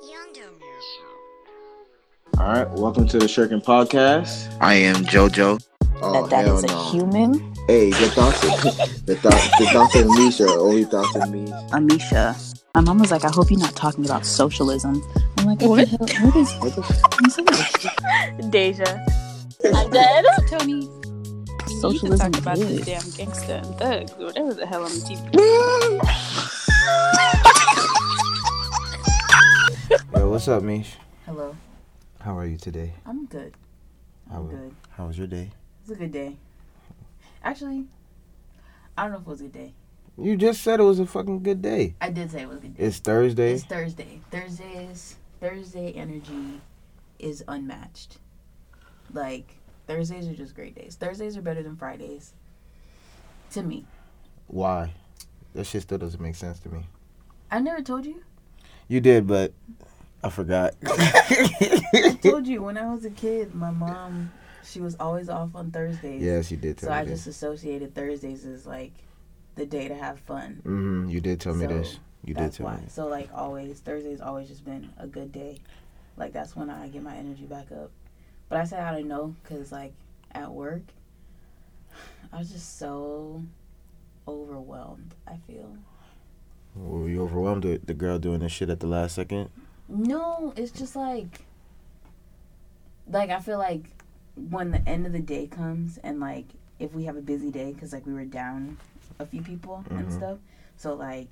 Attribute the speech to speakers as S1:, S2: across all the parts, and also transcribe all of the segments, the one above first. S1: Kingdom.
S2: All right, welcome to the Shirkin Podcast.
S3: I am JoJo.
S2: Oh
S4: that that
S2: hell
S4: is a
S2: no!
S4: human.
S2: Hey, the thoughts, the thoughts, the thoughts of Misha, only thoughts of me.
S4: Amisha. My mom was like, I hope you're not talking about socialism. I'm like, what? The hell? What is
S2: What the
S4: what is this?
S5: Deja.
S6: I'm dead.
S5: Tony.
S4: Socialism
S5: You can talk about
S4: is.
S5: the damn gangster and thugs or whatever the hell on the TV.
S7: Yo, what's up, Mish?
S8: Hello.
S7: How are you today?
S8: I'm good. I'm
S7: How,
S8: good.
S7: how was your day?
S8: It's a good day. Actually, I don't know if it was a good day.
S7: You just said it was a fucking good day.
S8: I did say it was a good day.
S7: It's Thursday.
S8: It's Thursday. Thursdays Thursday energy is unmatched. Like Thursdays are just great days. Thursdays are better than Fridays. To me.
S7: Why? That shit still doesn't make sense to me.
S8: I never told you.
S7: You did, but I forgot.
S8: I told you when I was a kid, my mom she was always off on Thursdays.
S7: yes, you did tell
S8: So
S7: me
S8: I
S7: this.
S8: just associated Thursdays as like the day to have fun.
S7: hmm You did tell me this.
S8: So,
S7: You did
S8: That's
S7: tell
S8: why.
S7: me. this.
S8: So like always, Thursday's always just been a good day. Like that's when I get my energy back up. But I said I don't know because like at work, I was just so overwhelmed. I feel
S7: Were you overwhelmed with the girl doing this shit at the last second?
S8: no, it's just like, like I feel like when the end of the day comes and like if we have a busy day because like we were down a few people and
S7: Mhm.
S8: stuff, so like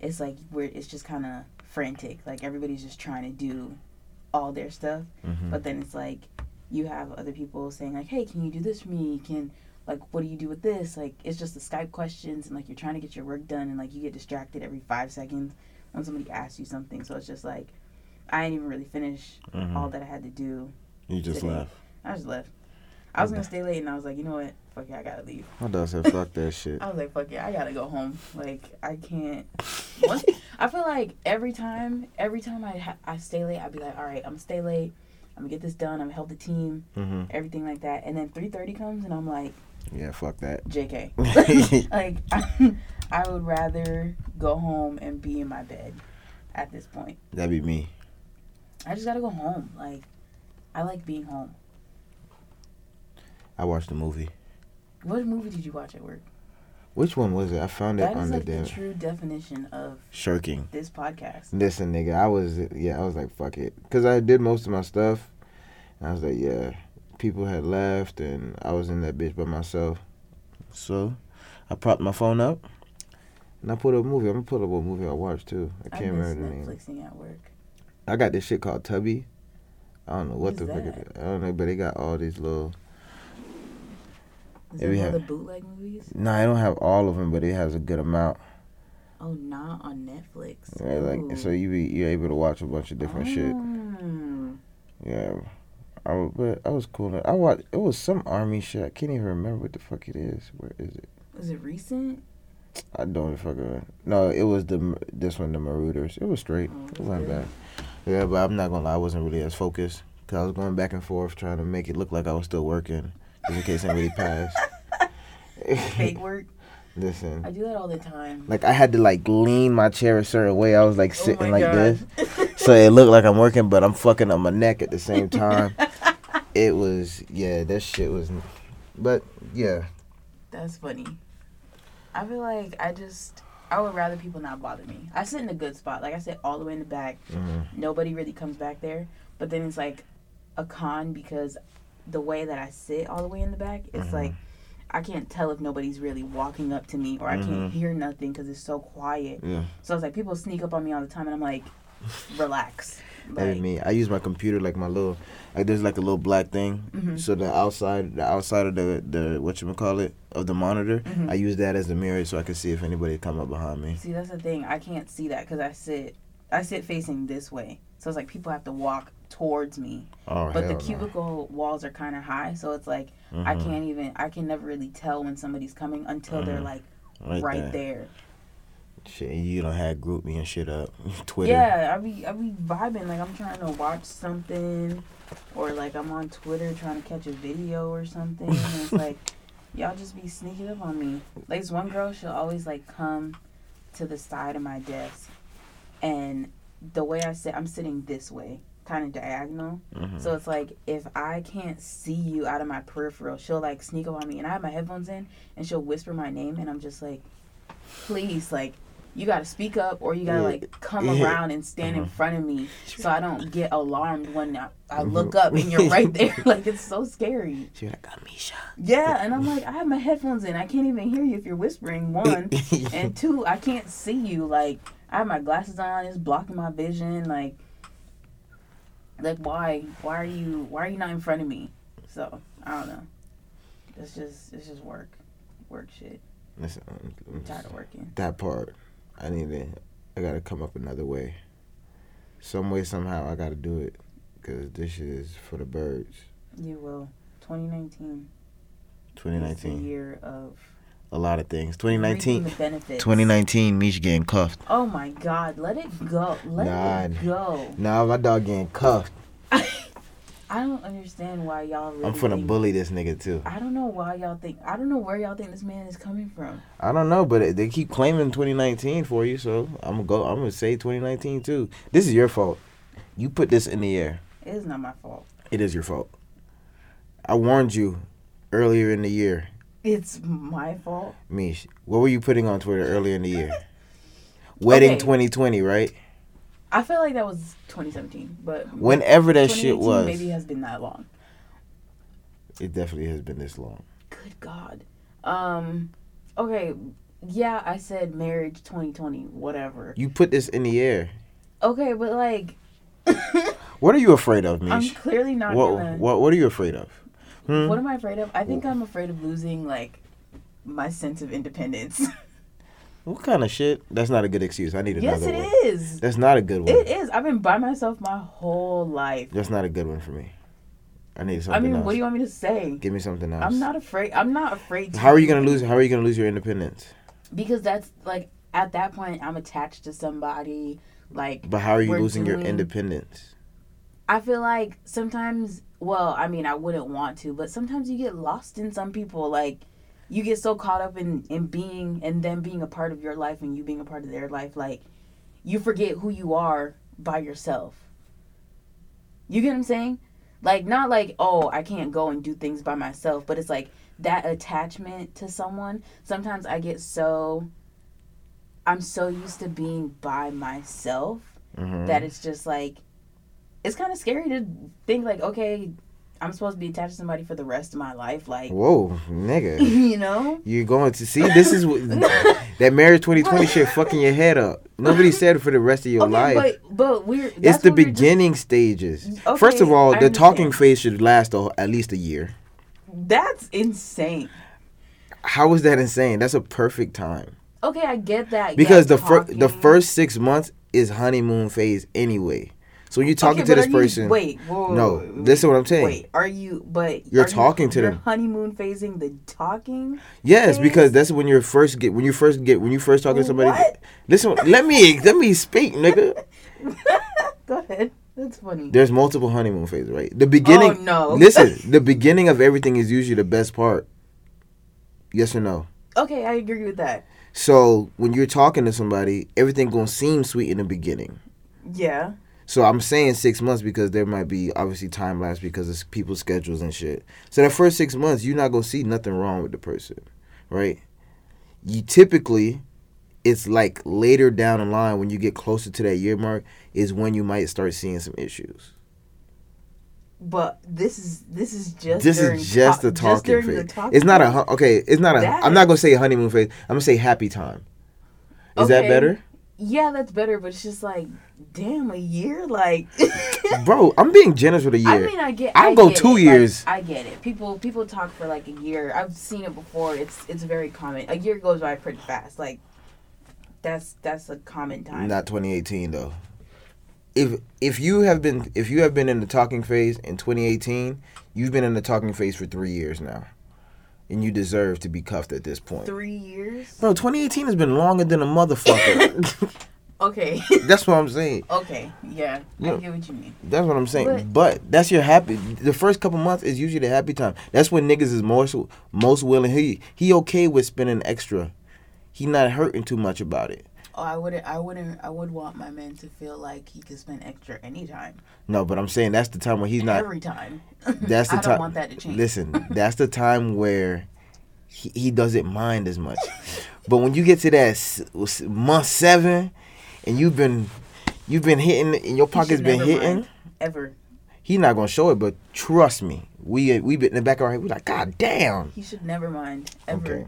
S8: it's like we're it's just kind of frantic. Like everybody's just trying to do all their stuff.
S7: Mm-hmm.
S8: but then it's like you have other people saying like hey can you do this for me can like what do you do with this like it's just the skype questions and like you're trying to get your work done and like you get distracted every five seconds when somebody asks you something so it's just like i didn't even really finish all that i had to do
S7: mm-hmm. You just
S8: today.
S7: left.
S8: i just left i was gonna stay late and i was like you know what fuck it i gotta leave
S7: My dog said, "Fuck that shit."
S8: I was like, fuck it, I gotta go home. Like, I can't. Once, I feel like every time, every time I ha- I stay late, I'd be like, all right, I'm gonna stay late. I'm gonna get this done. I'm gonna help the team,
S7: Mm-hmm.
S8: everything like that. And then 3:30 comes, and I'm like,
S7: Yeah, fuck that.
S8: JK. like, I would rather go home and be in my bed at this point.
S7: That'd be me.
S8: I just gotta go home. Like, I like being home.
S7: I watched the movie.
S8: What movie did you watch at work?
S7: Which one was it? I found it
S8: That
S7: on
S8: is like
S7: the
S8: the
S7: damn
S8: true definition of
S7: shirking.
S8: this podcast.
S7: Listen, nigga, I was yeah, I was like, fuck it, because I did most of my stuff. And I was like, yeah, people had left, and I was in that bitch by myself. So, I propped my phone up, and I pulled up a movie. I'm gonna pull up what movie I watched too. I can't
S8: I miss
S7: remember the name.
S8: Netflixing at work.
S7: I got this shit called Tubby. I don't know what
S8: What's
S7: the fuck.
S8: that?
S7: It, I don't know, but they got all these little. Yeah,
S8: Is that
S7: we
S8: all
S7: have-
S8: the bootleg movies?
S7: Nah, I don't have all of them, but it has a good amount.
S8: Oh, not on Netflix.
S7: Yeah, like so
S8: Ooh.
S7: you be you're able to watch a bunch of different shit.
S8: Mm.
S7: Yeah, I wa- but I was cool. I watched. It was some army shit. I can't even remember what the fuck it is. Where is it?
S8: Is it recent?
S7: I don't fucking. No, it was the Mar- this one, the Marauders. It was straight.
S8: Oh,
S7: It
S8: that's
S7: wasn't
S8: good.
S7: bad. Yeah, but I'm not gonna lie. I wasn't really as focused because I was going back and forth trying to make it look like I was still working, just in case anybody passed.
S8: Fake work. I
S7: Listen.
S8: do that all the time.
S7: Like I had to like lean my chair a certain way. I was like
S8: Oh
S7: sitting
S8: my
S7: like
S8: God.
S7: this, so it looked like I'm working, but I'm fucking up my neck at the same time. it was yeah, that shit was. But yeah,
S8: That's funny. I feel like I just I would rather people not bother me. I sit in a good spot. Like I sit all the way in the back.
S7: Mhm.
S8: Nobody really comes back there. But then it's like a con because the way that I sit all the way in the back, it's
S7: Mm-hmm.
S8: like I can't tell if nobody's really walking up to me or I
S7: Mhm.
S8: can't hear nothing because it's so quiet.
S7: Yeah.
S8: So it's like people sneak up on me all the time and I'm like, relax.
S7: that
S8: Like,
S7: is me. I use my computer like my little, like there's like a little black thing.
S8: Mhm.
S7: So the outside, the outside of the the what you call it of the monitor,
S8: Mhm.
S7: I use that as the mirror so I can see if anybody come up behind me.
S8: See, that's the thing. I can't see that because I sit, I sit facing this way. So it's like people have to walk towards me.
S7: Oh
S8: but
S7: hell
S8: the
S7: no.
S8: cubicle walls are kind of high, so it's like I
S7: Mhm.
S8: can't even, I can never really tell when somebody's coming until they're
S7: Mhm.
S8: like
S7: right, there.
S8: right, there.
S7: Shit, you don't have group me and shit up, Twitter.
S8: Yeah, I be, I be vibing like I'm trying to watch something, or like I'm on Twitter trying to catch a video or something. and it's like y'all just be sneaking up on me. Like this one girl, she'll always like come to the side of my desk, and the way I sit, I'm sitting this way, kind of diagonal.
S7: Mhm.
S8: So it's like if I can't see you out of my peripheral, she'll like sneak up on me, and I have my headphones in, and she'll whisper my name, and I'm just like, please, like. You gotta speak up, or you gotta
S7: Yeah.
S8: like come
S7: Yeah.
S8: around and stand in front of me, so I don't get alarmed when I, I
S7: Mm-hmm.
S8: look up and you're right there. like it's so scary.
S7: She like, Amisha.
S8: Yeah, and I'm like, I have my headphones in. I can't even hear you if you're whispering. One and two, I can't see you. Like I have my glasses on, it's blocking my vision. Like, like why? Why are you? Why are you not in front of me? So I don't know. It's just it's just work, work shit.
S7: Listen, I'm- I'm
S8: I'm tired of working.
S7: that part i need to i gotta come up another way some way somehow i gotta do it because this shit is for the birds
S8: You will. 2019 is the
S7: 2019
S8: year of
S7: a lot of things
S8: reaping
S7: 2019
S8: the benefits.
S7: 2019 Misha getting cuffed
S8: Oh my God! Let it go. Let
S7: Nah.
S8: it go.
S7: nah my dog getting cuffed
S8: I don't understand why y'all. Really
S7: i'm finna
S8: think-
S7: bully this nigga too
S8: I don't know why y'all think. I don't know where y'all think this man is coming from.
S7: i don't know but they keep claiming 2019 for you so i'm gonna go i'm gonna say 2019 too this is your fault you put this in the air
S8: It is not my fault.
S7: it is your fault i warned you earlier in the year
S8: It's my fault.
S7: Mish, what were you putting on Twitter earlier in the year? Wedding
S8: Okay.
S7: 2020, right?
S8: I feel like that was 2017, but
S7: Whenever that shit
S8: 2018
S7: was,
S8: maybe has been that long.
S7: it definitely has been this long.
S8: Good God. Um. Okay. Yeah, I said marriage 2020, whatever.
S7: You put this in the air.
S8: Okay, but like,
S7: What are you afraid of,
S8: I'm
S7: Mish?
S8: clearly not
S7: What,
S8: gonna.
S7: what What are you afraid of? Hmm?
S8: What am I afraid of? I think I'm afraid of losing like my sense of independence.
S7: What kind of shit? That's not a good excuse. I need another
S8: yes, it
S7: one.
S8: is.
S7: That's not a good one.
S8: It is. I've been by myself my whole life.
S7: That's not a good one for me. I need something
S8: I mean,
S7: else.
S8: what do you want me to say?
S7: Give me something else.
S8: I'm not afraid. I'm not afraid. To
S7: How are you gonna lose? How are you gonna lose your independence?
S8: Because that's like at that point, I'm attached to somebody. Like,
S7: But how are you
S8: We're
S7: losing your
S8: doing-
S7: independence?
S8: I feel like sometimes. Well, I mean, I wouldn't want to, but sometimes you get lost in some people. Like, you get so caught up in in being and them being a part of your life and you being a part of their life. Like, you forget who you are by yourself. You get what I'm saying? Like, not like oh, I can't go and do things by myself, but it's like that attachment to someone. Sometimes I get so. I'm so used to being by myself
S7: Mhm.
S8: that it's just like it's kind of scary to think like okay i'm supposed to be attached to somebody for the rest of my life like
S7: Whoa, nigga.
S8: you know
S7: You're going to see. This is what that marriage 2020 shit fucking your head up. Nobody said for the rest of your
S8: okay
S7: life.
S8: but but we're
S7: it's
S8: that's
S7: the
S8: what we were just-
S7: beginning stages.
S8: Okay,
S7: First of all,
S8: I
S7: the talking
S8: understand.
S7: phase should last a, at least a year.
S8: that's insane
S7: How is that insane? That's a perfect time
S8: okay i get that
S7: because
S8: yeah,
S7: the fir- the
S8: talking.
S7: first six months is honeymoon phase anyway. So you're talking
S8: Okay,
S7: to this
S8: but are you-
S7: person.
S8: wait whoa, whoa,
S7: no,
S8: whoa, whoa,
S7: this is what I'm saying.
S8: wait are you but
S7: You're
S8: are you-
S7: talking to
S8: you're
S7: them.
S8: honeymoon phasing the talking
S7: Yes,
S8: phase?
S7: because that's when you first get when you first get when you first talking to somebody.
S8: What?
S7: Listen, let me let me speak, nigga.
S8: go ahead that's funny
S7: There's multiple honeymoon phases, right? The beginning.
S8: Oh, no.
S7: Listen, the beginning of everything is usually the best part. Yes or no?
S8: okay i agree with that
S7: So when you're talking to somebody, everything gonna seem sweet in the beginning.
S8: yeah
S7: So I'm saying six months because there might be obviously time lapse because it's people's schedules and shit. So that first six months, you're not gonna see nothing wrong with the person, right? You typically, it's like later down the line when you get closer to that year mark is when you might start seeing some issues.
S8: but this is this is just
S7: this
S8: during
S7: is just
S8: ta-
S7: the talking
S8: during
S7: phase.
S8: the talking
S7: it's not a
S8: phase.
S7: hu- okay. It's not a.
S8: That
S7: am not gonna say honeymoon phase. I'm gonna say happy time. Is that
S8: Okay.
S7: better,
S8: Yeah, that's better, but it's just like, damn, a year? Like,
S7: bro? I'm being generous with a
S8: I
S7: year.
S8: mean, I get.
S7: I'll
S8: I
S7: go
S8: get
S7: two
S8: it.
S7: years.
S8: Like, I get it. People, people talk for like a year. I've seen it before. It's it's very common. A year goes by pretty fast. Like, that's that's a common time.
S7: not 2018 though. If if you have been if you have been in the talking phase in 2018, you've been in the talking phase for three years now, and you deserve to be cuffed at this point.
S8: Three years?
S7: Bro, 2018 has been longer than a motherfucker.
S8: Okay,
S7: That's what I'm saying.
S8: okay, yeah,
S7: Yeah.
S8: I get what you mean.
S7: That's what I'm saying. But,
S8: But-
S7: that's your happy. The first couple months is usually the happy time. That's when niggas is most most willing. He he okay with spending extra. He not hurting too much about it.
S8: Oh, I wouldn't. I wouldn't. I would want my man to feel like he could spend extra anytime,
S7: No, but I'm saying that's the time when he's not.
S8: every time.
S7: That's the
S8: I
S7: time.
S8: don't want that to change.
S7: Listen, that's the time where he, he doesn't mind as much. But when you get to that s- s- month seven, and you've been you've been hitting, and your pocket's
S8: should
S7: been
S8: never
S7: hitting,
S8: mind. ever.
S7: he's not gonna show it. But trust me, we uh, we been in the back of our head. We like, God damn.
S8: He should never mind ever,
S7: Okay,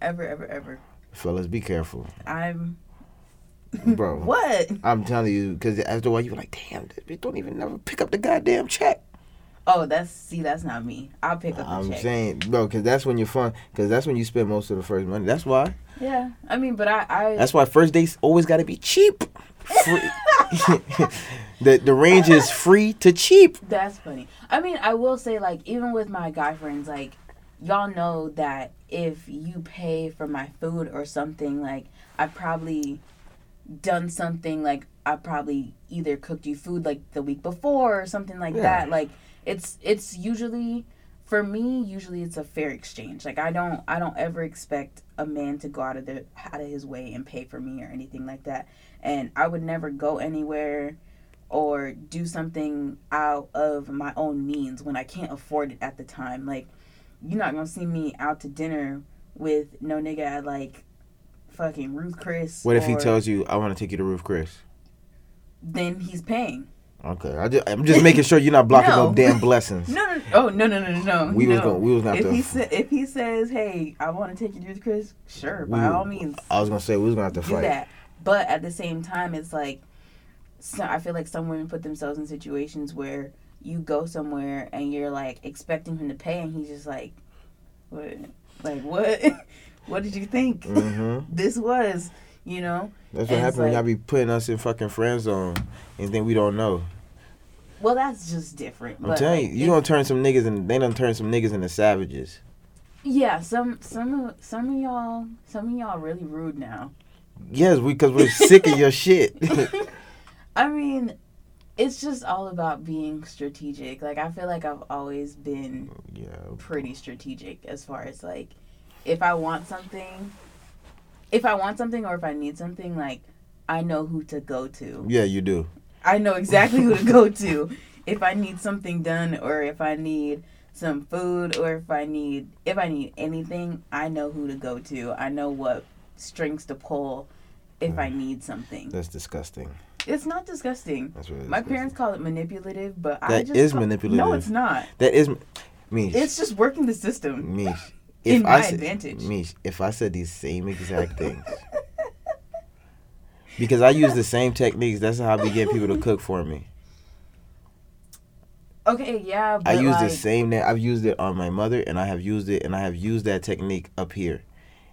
S8: ever, ever, ever.
S7: fellas, be careful,
S8: I'm
S7: bro.
S8: what?
S7: I'm telling you, because after a while you're like, damn, this bitch don't even never pick up the goddamn check.
S8: Oh, that's see, that's not me. I'll pick up the
S7: I'm
S8: check.
S7: saying, bro, because that's when you're fun. Because that's when you spend most of the first money. That's why.
S8: Yeah, I mean, but I, I
S7: That's why first dates always got to be cheap. Free. the the range is free to cheap.
S8: That's funny. I mean, I will say, like, even with my guy friends, like, y'all know that if you pay for my food or something, like, I've probably done something, like, I probably either cooked you food, like, the week before or something like
S7: Yeah.
S8: that. Like, it's, it's usually, for me, usually it's a fair exchange. Like, I don't, I don't ever expect a man to go out of the, out of his way and pay for me or anything like that. And I would never go anywhere or do something out of my own means when I can't afford it at the time. Like, you're not gonna see me out to dinner with no nigga at like fucking Ruth Chris.
S7: What if he
S8: or-
S7: tells you, I want to take you to Roof Chris?
S8: Then he's paying.
S7: Okay, I just, I'm just making sure you're not blocking no,
S8: No.
S7: damn blessings.
S8: No, no, no oh no, no, no, no. no,
S7: we was
S8: no.
S7: going, we was not.
S8: If he
S7: The,
S8: sa- if he says, "Hey, I want to take you to Ruth Chris," sure, by
S7: We-
S8: all means,
S7: I was gonna say we was gonna have to
S8: do
S7: fight.
S8: that. But at the same time, it's like, so I feel like some women put themselves in situations where you go somewhere and you're like expecting him to pay, and he's just like, what? Like what? what did you think
S7: hmm
S8: this was? You know?
S7: That's what
S8: And it's
S7: happened when
S8: like-
S7: y'all be putting us in fucking friend zone and then we don't know.
S8: Well, that's just different.
S7: I'm
S8: but,
S7: telling
S8: like,
S7: you, you
S8: it-
S7: gonna turn some niggas and they done turn some niggas into savages.
S8: yeah. Some some of- some of y'all some of y'all really rude now.
S7: Yes, we because we're sick of your shit.
S8: I mean, it's just all about being strategic. Like I feel like I've always been
S7: yeah,
S8: pretty strategic as far as like if I want something, if I want something or if I need something, like I know who to go to.
S7: yeah, you do.
S8: I know exactly who to go to if I need something done or if I need some food or if I need if I need anything, I know who to go to. I know what strings to pull if
S7: Mm.
S8: I need something.
S7: That's disgusting.
S8: It's not disgusting.
S7: That's really
S8: My
S7: disgusting.
S8: parents call it manipulative, but I
S7: That
S8: just
S7: is
S8: ca-
S7: manipulative.
S8: No, it's not.
S7: That is me.
S8: It's just working the system.
S7: me.
S8: in
S7: I
S8: my
S7: said-
S8: advantage.
S7: Mish, if I said these same exact things, because I use the same techniques, that's how I begin people to cook for me.
S8: Okay, yeah, but
S7: I use the
S8: like,
S7: same that I've used it on my mother, and I have used it, and I have used that technique up here,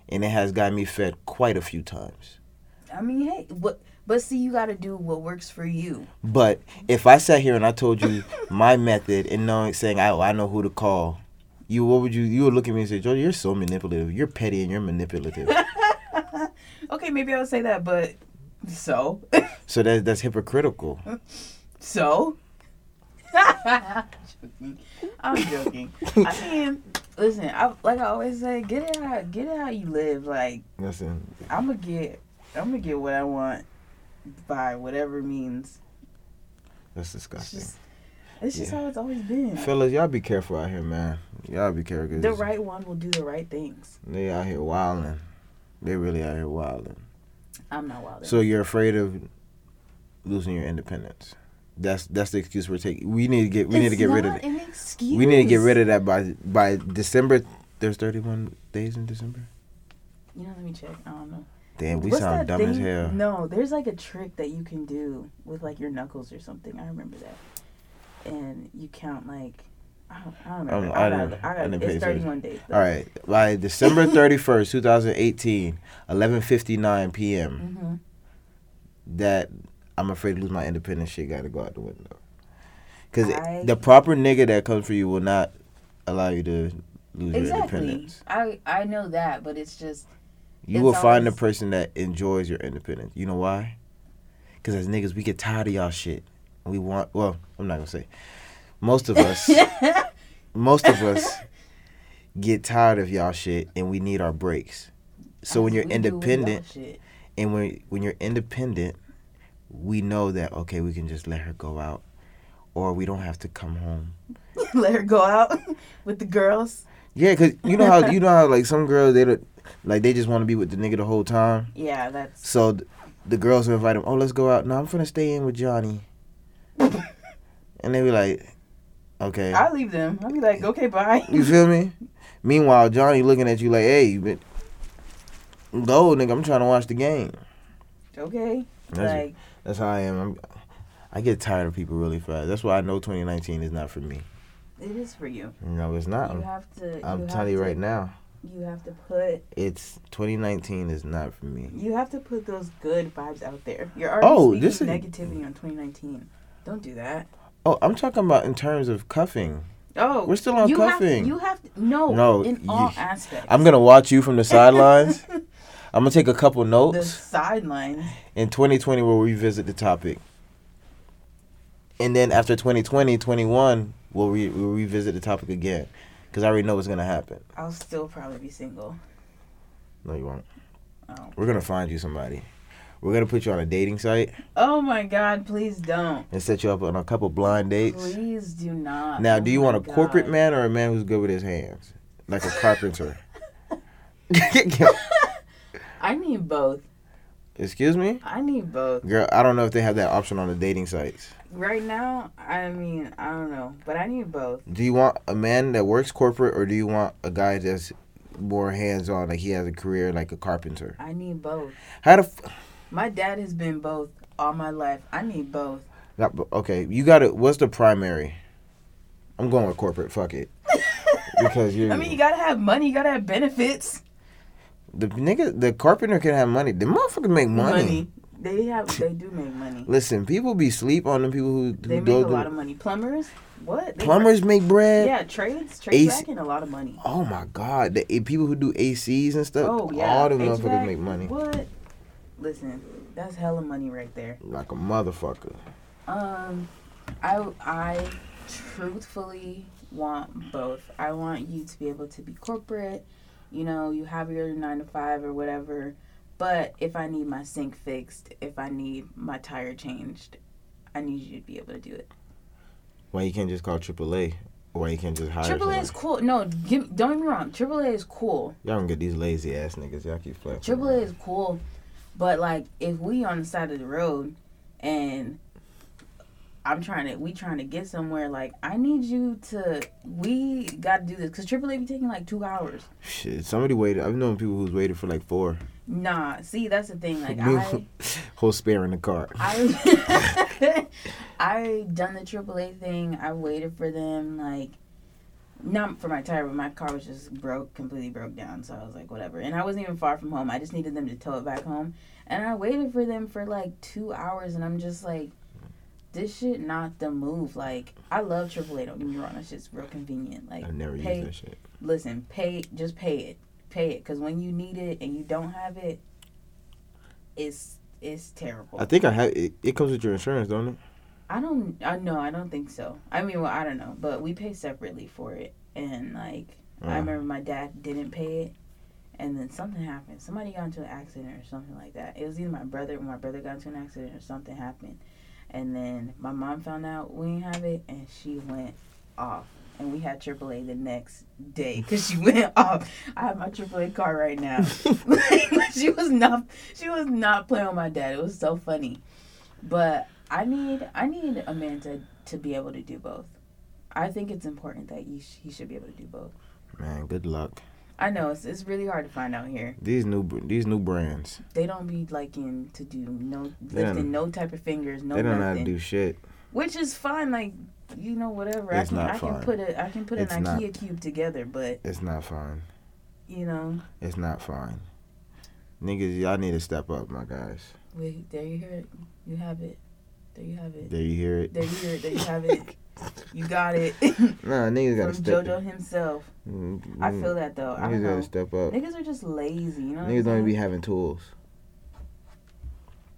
S7: and it has got me fed quite a few times.
S8: I mean, hey, but but see, you got to do what works for you.
S7: But if I sat here and I told you my method and knowing saying I I know who to call, you what would you you would look at me and say, Joe, you're so manipulative. You're petty and you're manipulative.
S8: Okay, maybe I would say that, but so
S7: so that that's hypocritical.
S8: so. Joking. I'm joking. I mean, listen. I, like I always say, get it how get it how you live. Like
S7: Listen,
S8: I'm gonna get I'm gonna get what I want by whatever means.
S7: that's
S8: It's
S7: disgusting.
S8: just it's just
S7: Yeah.
S8: how it's always been.
S7: Fellas, y'all be careful out here, man. Y'all be careful. 'cause
S8: The right one will do the right things.
S7: They out here wilding. They really out here wilding.
S8: I'm not wild.
S7: So you're afraid of losing your independence. That's that's the excuse we're taking. We need to get we need to get rid of it.
S8: An excuse.
S7: We need to get rid of that by by December. There's 31 days in December.
S8: You know, let me check. I don't know.
S7: Damn, we
S8: What's
S7: sound
S8: that
S7: dumb as
S8: thing-
S7: hell.
S8: No, there's like a trick that you can do with like your knuckles or something. I remember that. And you count like I don't, I don't
S7: I don't
S8: know.
S7: know.
S8: I,
S7: I
S8: got
S7: didn't-
S8: I,
S7: I
S8: got
S7: didn't pay
S8: it's
S7: attention.
S8: 31 days.
S7: All right, by December 31st, 2018, 11:59 p.m.
S8: Mm-hmm.
S7: That I'm afraid to lose my independence shit got to go out the window. Cuz
S8: I-
S7: the proper nigga that comes for you will not allow you to lose your
S8: Exactly.
S7: independence.
S8: I I know that, but it's just
S7: You
S8: It's
S7: will find the
S8: always-
S7: person that enjoys your independence. You know why? Because as niggas, we get tired of y'all shit. We want, well, I'm not going to say. Most of us, most of us get tired of y'all shit and we need our breaks. So when you're
S8: we do with y'all
S7: independent
S8: shit.
S7: and when when you're independent, we know that okay, we can just let her go out, or we don't have to come home.
S8: Let her go out with the girls.
S7: Yeah, cause you know how you know how like some girls they don't like they just want to be with the nigga the whole time.
S8: Yeah, that's
S7: So th- the girls will invite them. Oh, let's go out. No, I'm finna stay in with Johnny. and they be like, okay,
S8: I leave them. I'll be like, okay, bye.
S7: you feel me? Meanwhile, Johnny looking at you like, hey, you been go, nigga. I'm trying to watch the game.
S8: okay.
S7: That's-
S8: like
S7: That's how I am. I'm, I get tired of people really fast. That's why I know 2019 is not for me.
S8: it is for you.
S7: No, it's not.
S8: you
S7: I'm,
S8: have to.
S7: I'm
S8: you have
S7: telling you
S8: to-
S7: right now,
S8: You have to put.
S7: it's 2019 is not for me.
S8: You have to put those good vibes out there. You're already
S7: Oh,
S8: speaking
S7: this is-
S8: negativity on 2019. Don't do that.
S7: Oh, I'm talking about in terms of cuffing.
S8: Oh,
S7: We're still on
S8: you Have
S7: cuffing.
S8: to, you have to, no,
S7: No,
S8: in
S7: you-
S8: all aspects.
S7: I'm gonna watch you from the sidelines. I'm gonna take a couple
S8: the
S7: notes.
S8: sidelines.
S7: In 2020, we'll revisit the topic, and then after 2020, 21, we'll, re- we'll revisit the topic again, because I already know what's gonna happen.
S8: I'll still probably be single.
S7: No, you won't.
S8: Oh.
S7: We're gonna find you somebody. We're gonna put you on a dating site
S8: Oh my God! Please don't.
S7: and set you up on a couple blind dates.
S8: Please do not.
S7: Now,
S8: Oh
S7: do you
S8: my
S7: want a
S8: God.
S7: corporate man or a man who's good with his hands, like a carpenter?
S8: I need both.
S7: Excuse me,
S8: I need both.
S7: girl. I don't know if they have that option on the dating sites.
S8: Right now, I mean, I don't know, but I need both.
S7: Do you want a man that works corporate, or do you want a guy that's more hands on, like he has a career like a carpenter?
S8: I need both.
S7: How the f-
S8: My dad has been both all my life. I need both.
S7: not- okay? You got it. What's the primary? I'm going with corporate. Fuck it, because you.
S8: I mean, you gotta have money. You gotta have benefits.
S7: the nigga, the carpenter can have money. The motherfucker make money.
S8: They have. They do make money.
S7: Listen, people be sleep on them people who, who
S8: They make
S7: don't
S8: a
S7: do-
S8: lot of money. Plumbers. What? They
S7: plumbers make bread.
S8: Yeah, trades. Trades
S7: AC
S8: back in a lot of money.
S7: Oh my god, the eh, people who do ACs and stuff.
S8: Oh yeah.
S7: all them
S8: HVAC,
S7: motherfuckers make money
S8: What? Listen, that's hella money right there.
S7: like a motherfucker.
S8: Um, I I truthfully want both. I want you to be able to be corporate. You know, you have your nine to five or whatever. But if I need my sink fixed, if I need my tire changed, I need you to be able to do it.
S7: Why you can't just call AAA? Why you can't just hire?
S8: AAA
S7: somebody?
S8: is cool. No, give, don't get me wrong. AAA is cool.
S7: Y'all don't get these lazy ass niggas. Y'all keep flapping.
S8: AAA is cool. But like, if we on the side of the road and I'm trying to, we trying to get somewhere. Like, I need you to. We got to do this because AAA be taking like two hours.
S7: Shit, somebody waited. I've known people who's waited for like four.
S8: Nah, see, that's the thing. Like, I,
S7: Whole spare in the car.
S8: I, I done the AAA thing. I waited for them. Like, not for my tire, but my car was just broke, completely broke down. So I was like, whatever. And I wasn't even far from home. I just needed them to tow it back home. And I waited for them for like two hours, and I'm just like. This shit not the move. Like I love AAA. Don't get me wrong. That shit's real convenient. Like
S7: I've never
S8: pay-
S7: used that shit.
S8: listen, pay just pay it, pay it, because when you need it and you don't have it, it's it's terrible.
S7: I think I have. It, it comes with your insurance, don't it?
S8: I don't, I no, I don't think so. I mean, well, I don't know, but we pay separately for it, and like I
S7: Uh.
S8: remember my dad didn't pay it, and then something happened. Somebody got into an accident or something like that. It was either my brother or my brother got into an accident or something happened, and then my mom found out we didn't have it, and she went off. And we had AAA the next day because she went off. I have my AAA car right now. she was not, she was not playing with my dad. It was so funny, but I need I need a man to, to be able to do both. I think it's important that you sh- he should be able to do both.
S7: Man, good luck.
S8: I know it's it's really hard to find out here.
S7: These new br- these new brands,
S8: They don't be liking to do no
S7: They don't-
S8: lifting, no type of fingers, no
S7: they don't know how to
S8: nothing.
S7: do shit.
S8: Which is fine, like you know whatever. I
S7: It's
S8: can
S7: not
S8: I
S7: fine.
S8: can put a I can put
S7: It's
S8: an
S7: not.
S8: IKEA cube together, but
S7: It's not fine.
S8: you know,
S7: It's not fine. Niggas, y'all need to step up, my guys.
S8: we, there you hear it, you have it, there you have it,
S7: There you hear it.
S8: there you hear it, there you have it, you got it
S7: Nah, niggas
S8: from
S7: gotta step.
S8: JoJo himself.
S7: Mm,
S8: I
S7: mm,
S8: feel that though. I
S7: Niggas
S8: don't know.
S7: gotta step up.
S8: Niggas are just lazy, you know. what I'm
S7: Niggas don't
S8: saying?
S7: even be having tools.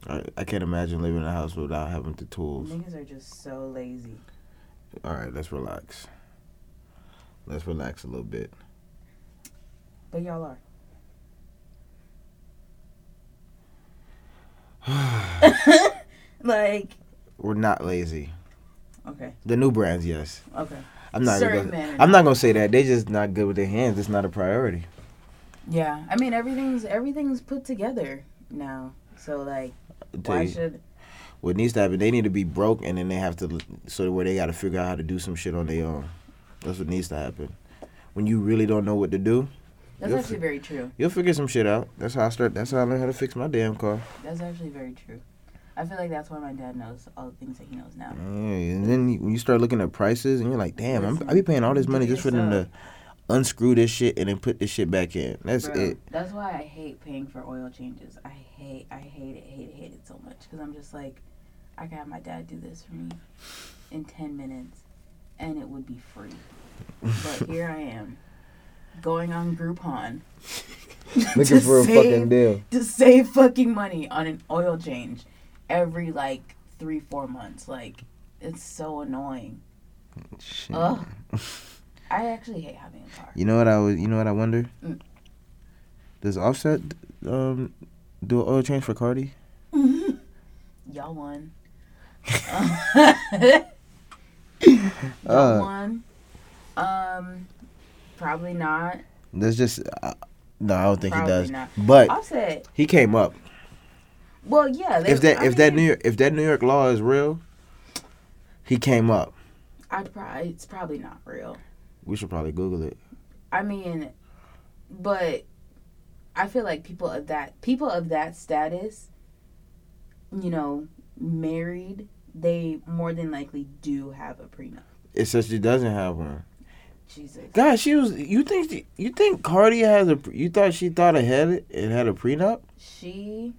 S7: I, I can't imagine living in a house without having the tools.
S8: Niggas are just so lazy.
S7: All right, let's relax. Let's relax a little bit.
S8: But y'all are. like,
S7: We're not lazy.
S8: okay,
S7: The new brands, yes.
S8: okay.
S7: I'm not.
S8: Certain
S7: Gonna,
S8: men are
S7: I'm not gonna say that. They just not good with their hands. It's not a priority.
S8: Yeah, I mean everything's everything's put together now. So like, why
S7: They-
S8: should
S7: what needs to happen? They need to be broke, and then they have to so where they got to figure out how to do some shit on their own. That's what needs to happen. When you really don't know what to do,
S8: that's
S7: You'll
S8: actually
S7: fi-
S8: very true.
S7: you'll figure some shit out. That's how I start. That's how I learned how to fix my damn car.
S8: That's actually very true. I feel like that's why my dad knows all the things that he knows now.
S7: Yeah, and then you- when you start looking at prices, and you're like, damn, I'm, I be paying all this money just for them to unscrew this shit and then put this shit back in. That's
S8: Bro,
S7: it.
S8: That's why I hate paying for oil changes. I hate, I hate it, hate it, hate it so much because I'm just like, I can have my dad do this for me in ten minutes, and it would be free. But here I am, going on Groupon to save-
S7: deal.
S8: to save fucking money on an oil change every like three, four months. Like it's so annoying.
S7: Shit.
S8: Ugh. I actually hate having a car.
S7: You know what I was? You know what I wonder?
S8: Mm.
S7: Does Offset um do an oil change for Cardi?
S8: Y'all won. Y'all
S7: Uh.
S8: won. Um, probably not.
S7: That's just uh, no. I don't think
S8: Probably
S7: he does.
S8: not.
S7: But
S8: Offset.
S7: he came up.
S8: Well, yeah. they-
S7: if that
S8: I
S7: if that
S8: mean,
S7: New York if that New York law is real, he came up.
S8: I'd probably it's probably not real.
S7: We should probably Google it.
S8: I mean, but I feel like people of that people of that status, you know, married, they more than likely do have a prenup.
S7: It says she doesn't have one.
S8: Jesus.
S7: God, she was. You think she- you think Cardi has a? You thought she thought ahead and had a prenup?
S8: She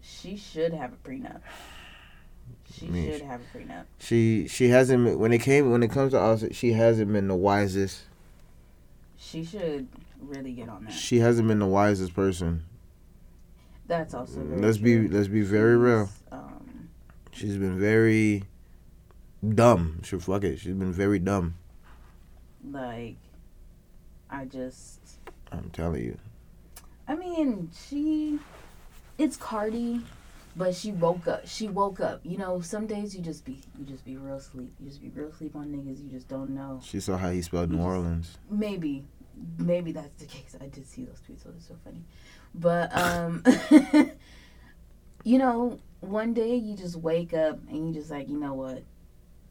S8: she should have a prenup. She
S7: Me-
S8: should have a prenup.
S7: She she hasn't. been- When it came when it comes to us, she hasn't been the wisest.
S8: She should really get on that.
S7: She hasn't been the wisest person.
S8: That's also very
S7: Mm, Let's be
S8: true.
S7: let's be very real.
S8: She's, Um,
S7: She's been very dumb. She fuck it. She's been very dumb.
S8: like I just
S7: I'm telling you.
S8: I mean, she it's Cardi, but she woke up. She woke up. You know, some days you just be you just be real sleep. You just be real sleep on niggas. You just don't know.
S7: She saw how he spelled New Orleans.
S8: Maybe maybe that's the case. I did see those tweets. So it's so funny. But um you know, one day you just wake up and you just like, you know what?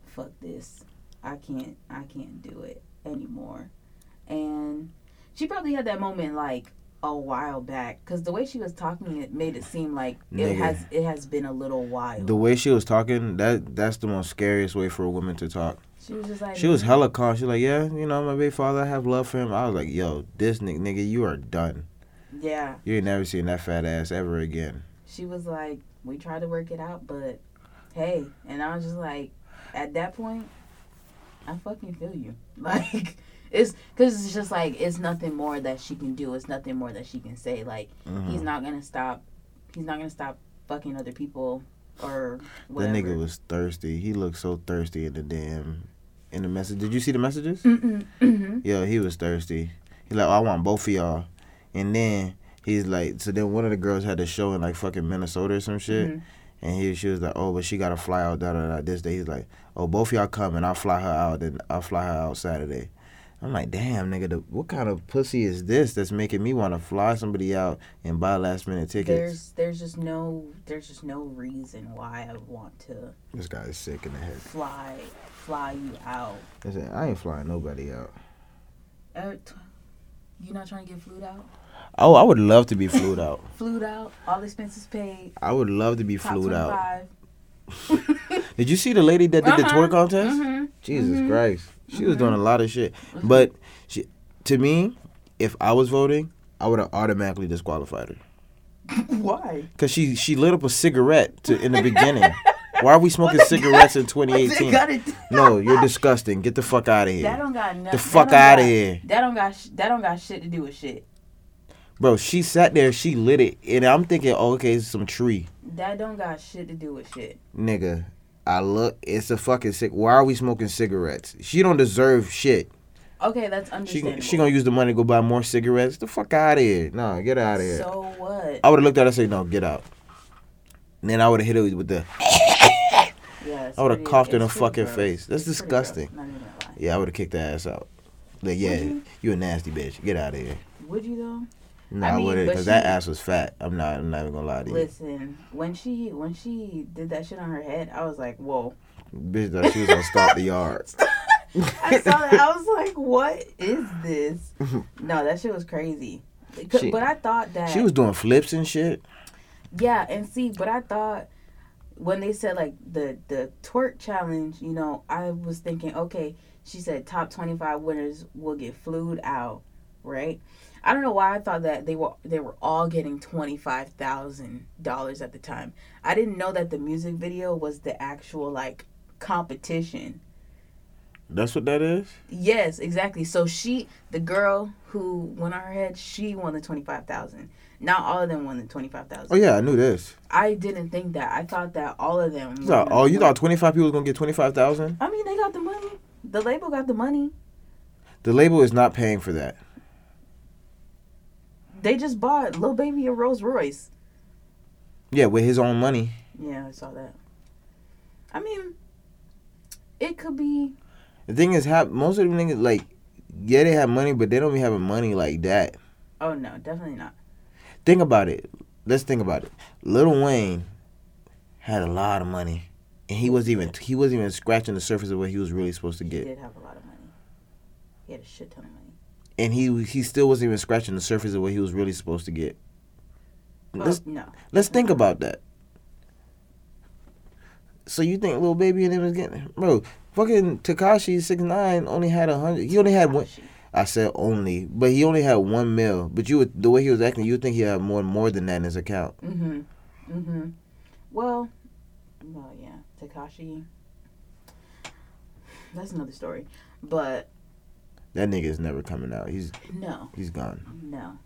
S8: Fuck this. I can't I can't do it anymore. And she probably had that moment like a while back cuz the way she was talking it made it seem like
S7: Nigga.
S8: it has it has been a little while.
S7: The way she was talking, that that's the most scariest way for a woman to talk.
S8: she was just like
S7: She was hella calm. She like, yeah, you know, my big father, I have love for him. I was like, yo, this nigga, nigga, you are done.
S8: Yeah.
S7: You ain't never seen that fat ass ever again.
S8: She was like we tried to work it out but hey, and I was just like at that point I fucking feel you. Like it's cuz it's just like it's nothing more that she can do. It's nothing more that she can say like he's
S7: Mhm.
S8: not gonna stop he's not gonna stop fucking other people or
S7: That
S8: whatever.
S7: nigga was thirsty. He looked so thirsty in the damn in the message. Did you see the messages?
S8: Mm-mm, mm-hmm.
S7: Yo, he was thirsty. He like, oh, I want both of y'all. And then he's like, so then one of the girls had a show in like fucking Minnesota or some shit.
S8: Mhm.
S7: And he, she was like, oh, but she gotta fly out da da da this day. He's like, oh, both of y'all come and I'll fly her out and I'll fly her out Saturday. I'm like, damn, nigga, the, what kind of pussy is this that's making me want to fly somebody out and buy last minute tickets?
S8: There's there's just no there's just no reason why I would want to
S7: This guy is sick in the head.
S8: fly fly you out.
S7: I said, I ain't flying nobody out.
S8: Uh, t- you not trying to get flued out?
S7: Oh, I would love to be flued out.
S8: Flued out, all expenses paid,
S7: I would love to be
S8: top
S7: flued out.
S8: 25.
S7: Did you see the lady that did the
S8: Uh-huh, Mm-hmm.
S7: tour contest?
S8: Mhm.
S7: Jesus Christ. She was doing a lot of shit.
S8: Mm-hmm.
S7: But she, to me, if I was voting, I would have automatically disqualified her.
S8: Why?
S7: Cause she she lit up a cigarette to, in the beginning. Why are we smoking cigarettes in 2018?
S8: Got it.
S7: No, you're disgusting. Get the fuck out of
S8: That
S7: here,
S8: don't got nothing.
S7: The fuck outta here.
S8: That don't got sh- that don't got shit to do with shit.
S7: bro. She sat there, she lit it, and I'm thinking, oh, okay, it's some tree,
S8: That don't got shit to do with shit.
S7: nigga. I look, it's a fucking sick. Why are we smoking cigarettes? She don't deserve shit.
S8: Okay, that's
S7: She
S8: understandable.
S7: she gonna use the money to go buy more cigarettes. The fuck out of here. Oh, No, get out of here.
S8: So what?
S7: I would have looked at her and said, no, get out. And then I would have hit it with the.
S8: Yeah, it's
S7: I would've
S8: pretty-
S7: coughed in
S8: it's
S7: her
S8: pretty
S7: fucking
S8: gross.
S7: face. That's
S8: It's pretty gross,
S7: disgusting.
S8: Not even gonna lie.
S7: Yeah, I would have kicked that ass out. Like, yeah, you a nasty bitch. Get out of here.
S8: Would you though?
S7: No,
S8: I
S7: I,
S8: mean,
S7: wouldn't,
S8: but
S7: cause that
S8: she-
S7: ass was fat. I'm not. I'm not even gonna lie to you,
S8: Listen, when she when she did that shit on her head, I was like, whoa.
S7: bitch. That she was gonna stomp the yard.
S8: I saw that. I was like, what is this? No, that shit was crazy. Because-
S7: She-
S8: but I thought that
S7: She was doing flips and shit.
S8: Yeah, and see, but I thought when they said like the the twerk challenge, you know, I was thinking, okay, she said top twenty five winners will get flued out, right? I don't know why I thought that they were they were all getting twenty five thousand dollars at the time. I didn't know that the music video was the actual like competition.
S7: That's what that is.
S8: Yes, exactly. So she, the girl who went on her head, she won the twenty five thousand. Not all of them won the twenty five thousand.
S7: Oh yeah, I knew this.
S8: I didn't think that. I thought that all of them.
S7: You
S8: were
S7: thought,
S8: gonna
S7: oh, you
S8: win.
S7: thought 25 people was gonna get 25 thousand?
S8: I mean, they got the money. The label got the money.
S7: The label is not paying for that.
S8: They just bought Lil Baby a Rolls Royce.
S7: Yeah, with his own money.
S8: Yeah, I saw that. I mean, it could be.
S7: The thing is, have most of them niggas like, yeah, they have money, but they don't be having money like that.
S8: Oh no, definitely not.
S7: Think about it. Let's think about it. Lil Wayne had a lot of money, and he wasn't even he wasn't even scratching the surface of what he was really supposed to
S8: He
S7: get,
S8: did have a lot of money. He had a shit ton of money.
S7: and he he still wasn't even scratching the surface of what he was really supposed to get. Let's
S8: But no,
S7: Let's think about that. So you think little baby and him is getting bro? Fucking Takashi six nine only had a hundred. He only had one.
S8: Tekashi.
S7: I said only, but he only had one mil. But you would the way he was acting, you would think he had more more than that in his account.
S8: Mhm. Mhm. Well, well, yeah. Takashi. That's another story. But
S7: That nigga is never coming out. He's
S8: no.
S7: he's gone.
S8: No.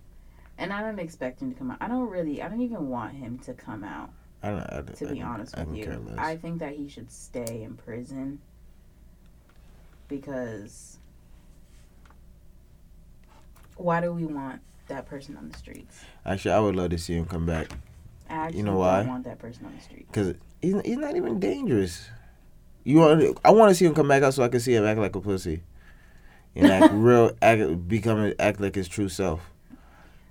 S8: And I don't expect him to come out. I don't really, I don't even want him to come out,
S7: I don't. I,
S8: to
S7: I,
S8: be
S7: I,
S8: honest
S7: I
S8: with
S7: don't care
S8: you.
S7: less.
S8: I think that he should stay in prison because why do we want that person on the streets?
S7: Actually, I would love to see him come back
S8: I actually
S7: You know
S8: don't
S7: why?
S8: want that person on the streets.
S7: because he's he's not even dangerous. You want? I want to see him come back out so I can see him act like a pussy, and act real, act become act like his true self.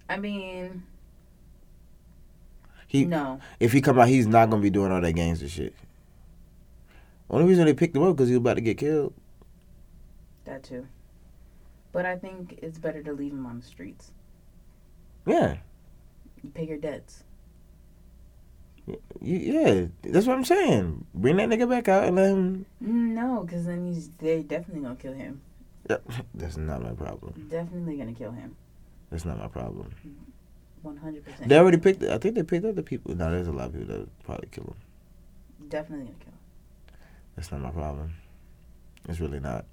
S8: I mean,
S7: He
S8: no.
S7: if he come out, he's not gonna be doing all that games and shit. Only reason they picked him up because he was about to get killed.
S8: That too. But I think it's better to leave him on the streets.
S7: Yeah,
S8: You pay your debts.
S7: You- yeah, that's what I'm saying. Bring that nigga back out and let him.
S8: No, because then he's, they definitely gonna kill him.
S7: Yeah, That's not my problem.
S8: Definitely gonna kill him.
S7: That's not my problem.
S8: 100%.
S7: They already picked. I think they picked other people. No, there's a lot of people that would probably kill him.
S8: Definitely gonna kill him.
S7: That's not my problem. It's really not.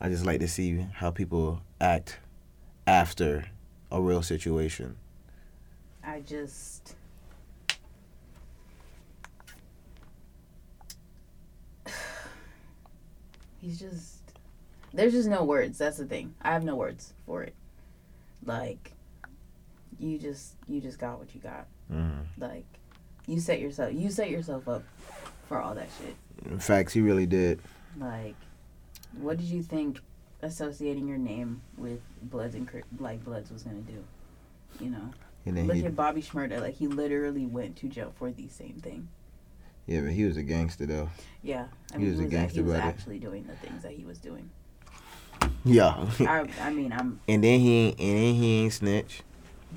S7: I just like to see how people act after a real situation.
S8: I just. He's just. There's just no words. That's the thing. I have no words for it. Like, you just you just got what you got.
S7: Mm.
S8: Like, you set yourself you set yourself up for all that shit.
S7: In fact, he really did.
S8: Like, what did you think associating your name with Bloods and Cri- like Bloods was gonna do? You know.
S7: And then
S8: Look
S7: he
S8: at Bobby Schmurda. Like, he literally went to jail for the same thing.
S7: Yeah, but he was a gangster though.
S8: Yeah. I
S7: He
S8: mean,
S7: was
S8: he
S7: a
S8: was, act-
S7: gangster
S8: he was
S7: about it.
S8: actually doing the things that he was doing.
S7: Yeah.
S8: I, I mean, I'm
S7: and then he ain't, and then he ain't snitch.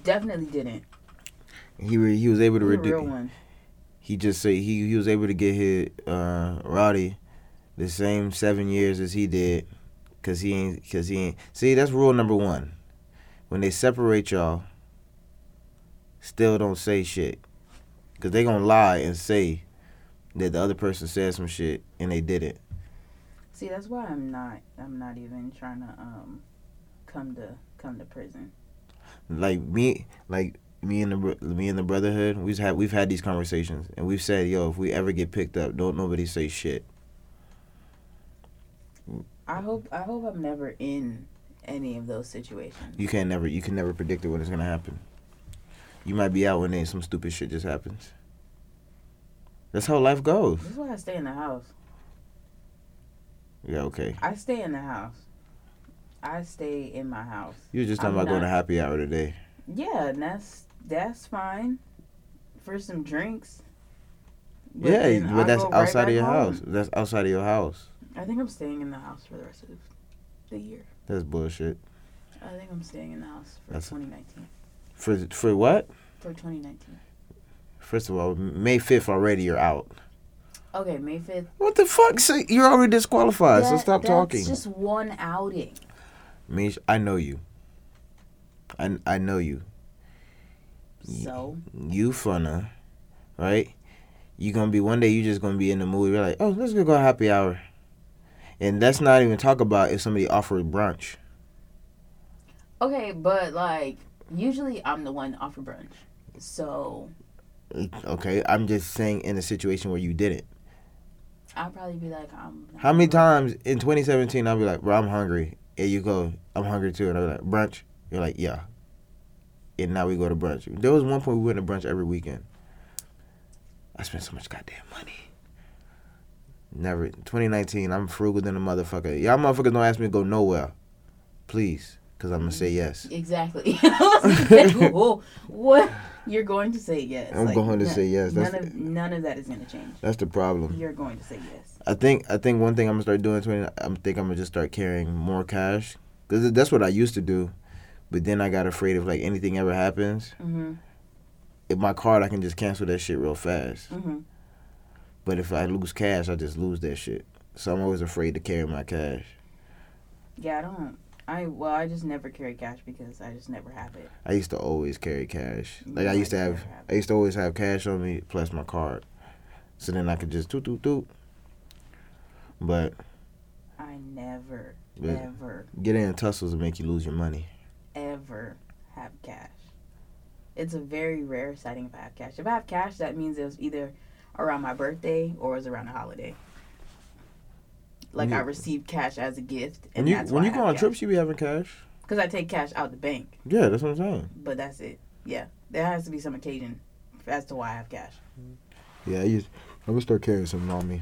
S8: definitely didn't.
S7: He re, he was able to
S8: He a real
S7: reduce.
S8: one.
S7: He just say he he was able to get his uh, Roddy the same seven years as he did, cause he ain't cause he ain't. See, that's rule number one. When they separate y'all, still don't say shit, cause they gonna lie and say that the other person said some shit and they did it.
S8: See, that's why I'm not. I'm not even trying to um come to come to prison.
S7: like me like me and the br- me and the brotherhood we've had we've had these conversations and we've said yo if we ever get picked up don't nobody say shit
S8: I hope. I hope I'm never in any of those situations.
S7: you can't never you can never predict it when it's gonna happen you might be out when then some stupid shit just happens. That's how life goes.
S8: This is why I stay in the house.
S7: Yeah, okay.
S8: I stay in the house. I stay in my house.
S7: You were just talking
S8: I'm
S7: about going to
S8: not-
S7: happy hour today.
S8: Yeah, and that's that's fine for some drinks.
S7: yeah,
S8: then I
S7: but that's
S8: go right
S7: outside of
S8: back
S7: your
S8: home.
S7: house. That's outside of your house.
S8: I think I'm staying in the house for the rest of the year.
S7: That's bullshit.
S8: I think I'm staying in the house for
S7: That's-
S8: 2019.
S7: For for what?
S8: For 2019.
S7: First of all, May fifth already you're out.
S8: Okay, May 5th.
S7: What the fuck? So you're already disqualified. so
S8: That-
S7: stop
S8: that's
S7: talking.
S8: just one outing.
S7: Mish, I know you. I I know you.
S8: So,
S7: you funna, right? You gonna be one day. You just gonna be in the mood. You're like, oh, let's go go happy hour, and that's not even talk about if somebody offered brunch.
S8: okay, but like, usually I'm the one off for brunch. So,
S7: Okay, I'm just saying in a situation where you didn't.
S8: I'll probably be like, I'm.
S7: How many times in 2017 I'll be like, bro, I'm hungry, and you go, I'm hungry too, and I'll be like, brunch. You're like, yeah. And now we go to brunch. There was one point we went to brunch every weekend. I spent so much goddamn money. Never 2019. I'm frugal than a motherfucker. Y'all motherfuckers don't ask me to go nowhere, please, because I'm gonna say yes.
S8: Exactly. I was like, "Whoa, what? You're going to say yes.
S7: I'm
S8: Like,
S7: going to
S8: no-
S7: say yes. That's
S8: None of, none of that is going to change.
S7: That's the problem.
S8: You're going to say yes.
S7: I think I think one thing I'm gonna start doing. 20, I'm think I'm gonna just start carrying more cash because that's what I used to do. But then I got afraid of like anything ever happens.
S8: Mm-hmm.
S7: If my card, I can just cancel that shit real fast.
S8: Mm-hmm.
S7: But if I lose cash, I just lose that shit. So I'm always afraid to carry my cash.
S8: Yeah, I don't. I well, I just never carry cash because I just never have it.
S7: I used to always carry cash. Like I
S8: Yeah,
S7: used to
S8: I
S7: have,
S8: never have.
S7: I used to always have cash on me plus my card. So then I could just do do do. But
S8: I never,
S7: Yeah.
S8: ever,
S7: getting in tussles will make you lose your money.
S8: ever have cash. It's a very rare sighting if I have cash. If I have cash, that means it was either around my birthday or it was around a holiday. Like
S7: When
S8: I
S7: you-
S8: received cash as a gift, and
S7: When you
S8: that's
S7: when
S8: why
S7: you
S8: I
S7: go
S8: have
S7: on
S8: cash.
S7: trips, you be having cash.
S8: Because I take cash out the bank,
S7: Yeah, that's what I'm saying.
S8: but that's it. Yeah, there has to be some occasion as to why I have cash.
S7: Yeah, I used, I'm gonna start carrying something on me.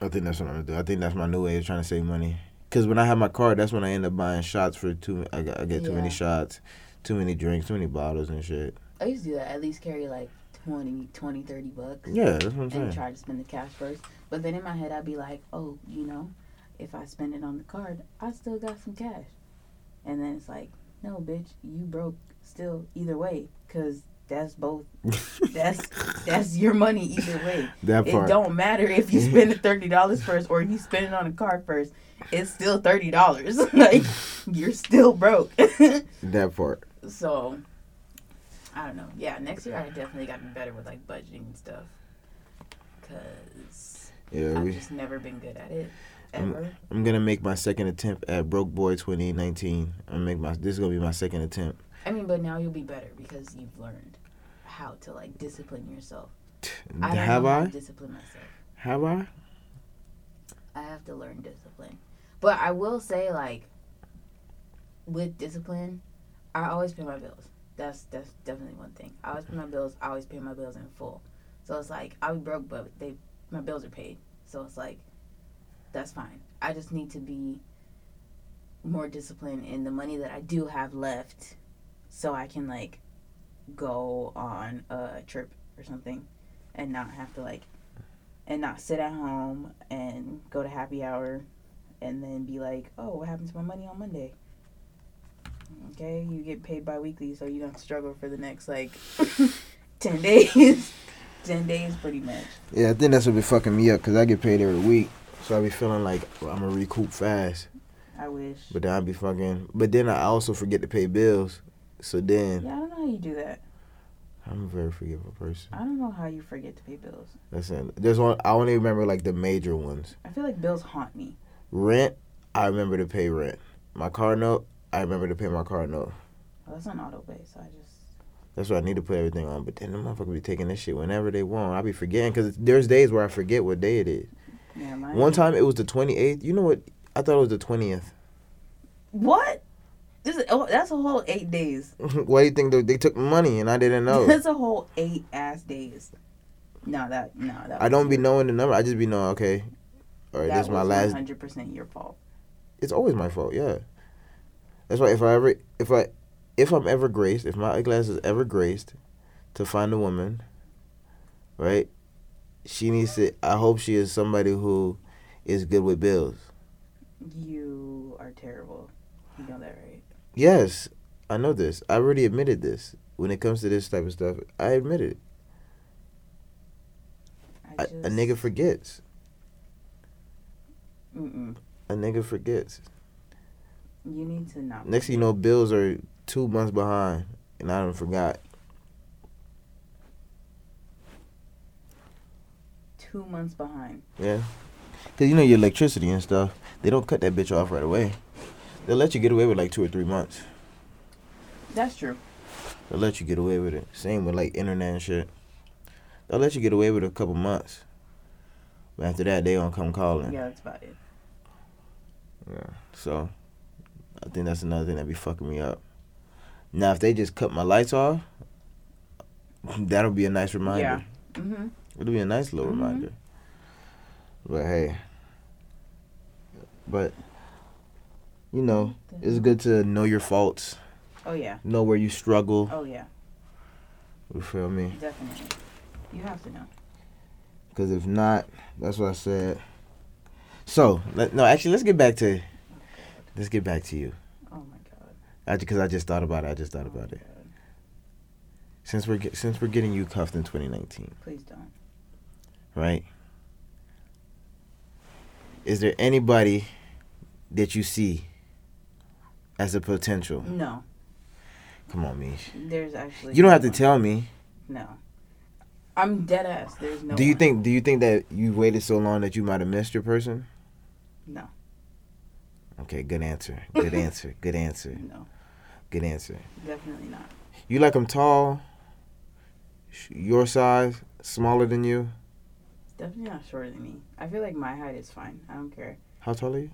S7: I think that's what I'm gonna do. I think that's my new way of trying to save money. Cause when I have my card, that's when I end up buying shots for too. I, got- I get too many
S8: Yeah.
S7: shots, too many drinks, too many bottles and shit.
S8: I used to do that. At least carry like 20, 20 30 bucks
S7: Yeah, that's what I'm
S8: and
S7: saying.
S8: try to spend the cash first. But then in my head, I'd be like, oh, you know, if I spend it on the card, I still got some cash. And then it's like, no, bitch, you broke still either way because that's both. That's that's your money either way.
S7: that
S8: It
S7: part.
S8: don't matter if you spend the thirty dollars first or if you spend it on a card first. It's still thirty dollars. like you're still broke.
S7: That part.
S8: so I don't know. Yeah, next year I definitely got to be better with like budgeting and stuff. Cause
S7: Yeah,
S8: I've
S7: we, Um,
S8: just never been good at it
S7: I'm-
S8: ever.
S7: I'm gonna make my second attempt at broke boy 2019. I'm gonna make my. This is gonna be my second attempt.
S8: I mean, but now you'll be better because you've learned how to like discipline yourself. I don't
S7: have
S8: know how
S7: I?
S8: to discipline myself.
S7: Have I?
S8: I have to learn discipline. But I will say, like, with discipline, I always pay my bills. That's that's definitely one thing. I always pay my bills. I always pay my bills in full. So it's like I'll be broke, but they my bills are paid. So it's like that's fine. I just need to be more disciplined in the money that I do have left, so I can like go on a trip or something, and not have to like and not sit at home and go to happy hour and then be like, oh, what happened to my money on Monday? Okay, you get paid bi weekly, so you don't struggle for the next like 10 days. 10 days, pretty much.
S7: Yeah, I think that's what be fucking me up. Cause I get paid every week, so I be feeling like I'm gonna recoup fast.
S8: I wish.
S7: But then I'd be fucking. But then I also forget to pay bills. So then
S8: Yeah, I don't know how you do that.
S7: I'm a very forgetful person.
S8: I don't know how you forget to pay bills.
S7: That's it. There's one. I only remember like the major ones.
S8: I feel like bills haunt me.
S7: Rent. I remember to pay rent. My car note. I remember to pay my car note.
S8: Well, that's on auto pay, so I just.
S7: That's what I need to put everything on. But then the motherfucker be taking this shit whenever they want. I be forgetting because there's days where I forget what day it is.
S8: Oh, Yeah, mine.
S7: One time it was the 28th. You know what? I thought it was the 20th.
S8: What? This is oh, that's a whole eight days.
S7: Why do you think they, they took money and I didn't know?
S8: that's a whole eight ass days. No, that no, that
S7: I don't be knowing the number. I just be knowing, okay, all right,
S8: That
S7: this is my
S8: was
S7: last.
S8: 100% your fault.
S7: It's always my fault. Yeah, that's why if I ever, if I, if I'm ever graced, if my glass is ever graced, to find a woman, right, she needs to. I hope she is somebody who is good with bills.
S8: You are terrible. You know that, right?
S7: Yes, I know this. I already admitted this. When it comes to this type of stuff, I admit it.
S8: I
S7: I, a nigga forgets.
S8: Mm-mm.
S7: A nigga forgets.
S8: You need to not.
S7: Next thing you know, bills are two months behind, and I done forgot.
S8: two months behind.
S7: Yeah, cause you know your electricity and stuff. They don't cut that bitch off right away. They'll let you get away with like two or three months.
S8: That's true.
S7: They'll let you get away with it. Same with like internet and shit. They'll let you get away with it a couple months. But after that, they don't come calling.
S8: Yeah, that's about it.
S7: So, I think that's another thing that be fucking me up. Now, if they just cut my lights off, that'll be a nice reminder.
S8: Yeah. Mm-hmm.
S7: It'll be a nice little
S8: Mhm.
S7: reminder. But hey, but you know, it's good to know your faults,
S8: Mm-hmm. Oh yeah.
S7: know where you struggle.
S8: Oh yeah.
S7: You feel me?
S8: Definitely. You have to know.
S7: Because if not, that's what I said. So let, no, actually, let's get back to let's get back to you.
S8: Oh my god.
S7: Because I, just thought about it. I just thought
S8: Oh, my
S7: about it.
S8: God.
S7: Since we're get, since we're getting you cuffed in 2019,
S8: Please don't.
S7: right? Is there anybody that you see as a potential?
S8: No.
S7: Come on, Mish.
S8: There's actually.
S7: You don't
S8: no
S7: have to
S8: one.
S7: tell me.
S8: No. I'm dead ass. There's no.
S7: do you
S8: one.
S7: think do you think that you waited so long that you might have missed your person?
S8: No.
S7: Okay, good answer. Good answer. Good answer.
S8: No.
S7: Good answer.
S8: Definitely not.
S7: You like them tall, sh- your size, smaller than you.
S8: Definitely not shorter than me. I feel like my height is fine. I don't care.
S7: How tall are you?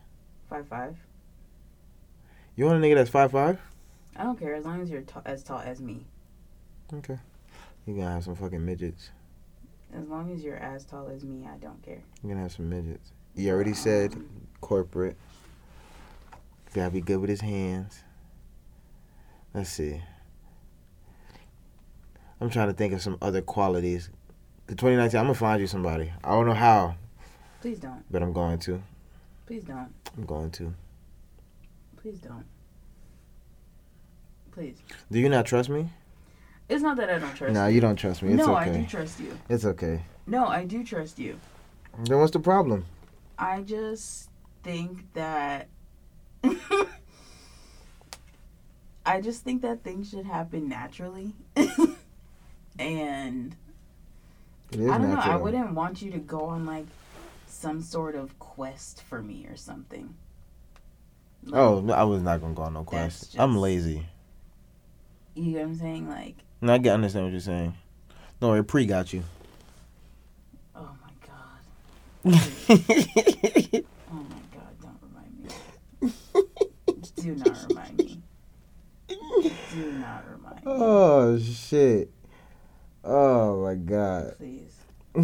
S8: Five five.
S7: You want a nigga that's five five?
S8: I don't care as long as you're t- as tall as me.
S7: Okay. You're gonna have some fucking midgets.
S8: As long as you're as tall as me, I don't care.
S7: You're gonna have some midgets. You already said corporate. Gotta be good with his hands. Let's see. I'm trying to think of some other qualities. The 2019, I'm gonna find you somebody. I don't know how,
S8: Please don't.
S7: but I'm going to.
S8: Please don't.
S7: I'm going to.
S8: Please don't. Please.
S7: Do you not trust me?
S8: It's not that I don't trust
S7: No,
S8: you.
S7: you don't trust me. It's
S8: no,
S7: okay.
S8: I do trust you.
S7: it's okay.
S8: No, I do trust you.
S7: Then what's the problem?
S8: I just think that I just think that things should happen naturally. and
S7: It is
S8: I don't know, I
S7: natural.
S8: wouldn't want you to go on like some sort of quest for me or something. Like,
S7: Oh, no, I was not gonna go on no quest.
S8: That's
S7: I'm
S8: just-
S7: lazy.
S8: You know what I'm saying? Like,
S7: No, I get understand what you're saying. Don't worry, pre got you.
S8: oh my god.
S7: Pre
S8: Oh my god, don't remind me. Do not remind me. Do not remind me.
S7: Oh shit. Oh my god.
S8: Please.
S7: I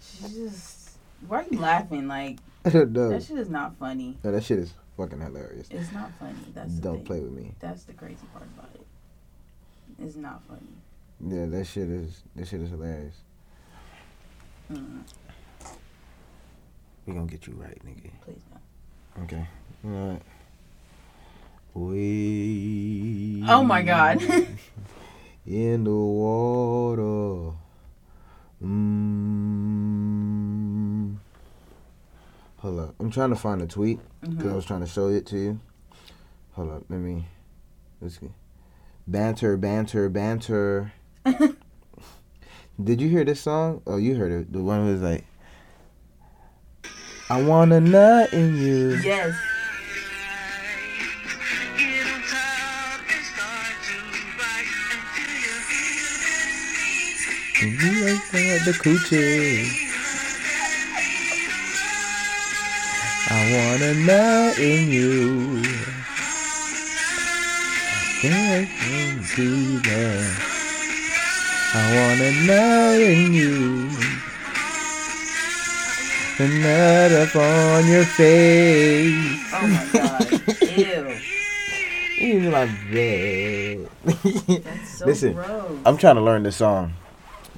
S8: She just. Why are you laughing? Like
S7: don't know.
S8: that shit is not funny.
S7: no, that shit is fucking hilarious.
S8: It's not funny. That's the
S7: don't
S8: thing.
S7: play with me.
S8: That's the crazy part about it. It's not funny.
S7: Yeah, that shit is that shit is hilarious.
S8: Mm,
S7: We gonna get you right, nigga.
S8: please no.
S7: Okay. You know what? We
S8: Oh my god.
S7: in the water. Mm. Hold up. I'm trying to find a tweet. because I
S8: Mhm.
S7: was trying to show it to you. Hold up, let me. Let's see. Banter, banter, banter. Did you hear this song? Oh, you heard it. The one was like, I want a nut in you.
S8: Yes.
S7: And you ain't got the coochie. I want a nut in you. Can't be there. I wanna know in you. The nut up on your face.
S8: Oh my god. Ew.
S7: In my bed.
S8: That's so
S7: Listen,
S8: gross.
S7: I'm trying to learn this song.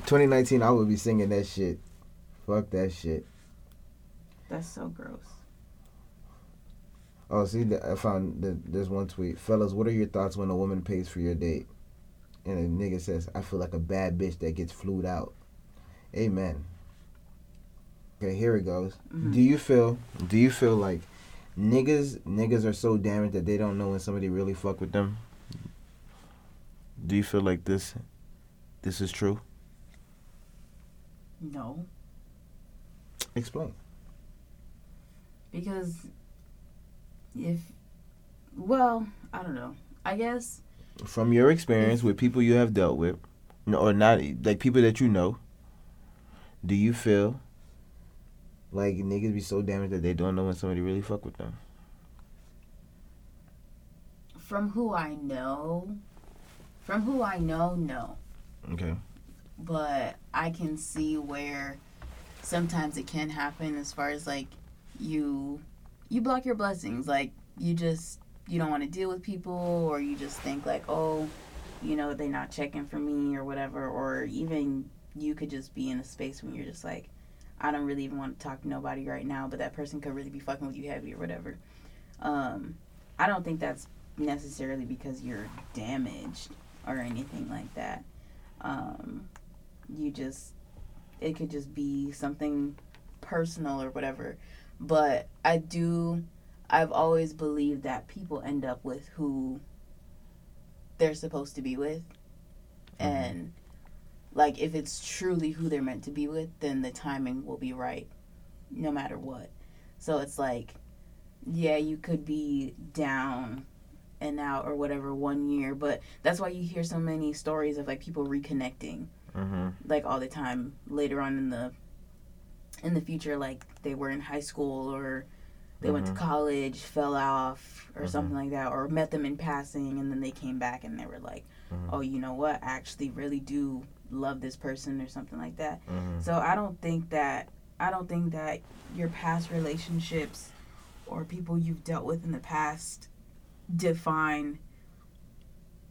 S7: 2019, I will be singing that shit. Fuck that shit.
S8: That's so gross.
S7: Oh, see, th- I found th- there's one tweet. Fellas, what are your thoughts when a woman pays for your date? And a nigga says, I feel like a bad bitch that gets flued out. Amen. Okay, here it goes. Do you feel, do you feel like niggas, niggas are so damaged that they don't know when somebody really fuck with them? Do you feel like this, this is true?
S8: No.
S7: Explain.
S8: Because if well, I don't know. I guess
S7: From your experience with people you have dealt with, n- or not, like people that you know, do you feel like niggas be so damaged that they don't know when somebody really fuck with them?
S8: from who I know from who I know, no.
S7: Okay.
S8: but I can see where sometimes it can happen as far as like you you block your blessings like you just you don't want to deal with people or you just think like oh you know they're not checking for me or whatever or even you could just be in a space when you're just like I don't really even want to talk to nobody right now but that person could really be fucking with you heavy or whatever um I don't think that's necessarily because you're damaged or anything like that um, you just it could just be something personal or whatever but i do i've always believed that people end up with who they're supposed to be with and like if it's truly who they're meant to be with then the timing will be right no matter what so it's like yeah you could be down and out or whatever one year but that's why you hear so many stories of like people reconnecting
S7: Mm-hmm.
S8: like all the time later on in the in the future like they were in high school or they went to
S7: Mhm.
S8: college fell off or
S7: Mhm.
S8: something like that or met them in passing and then they came back and they were like
S7: Mhm.
S8: oh you know what i actually really do love this person or something like that
S7: Mm-hmm.
S8: so I don't think that I don't think that your past relationships or people you've dealt with in the past define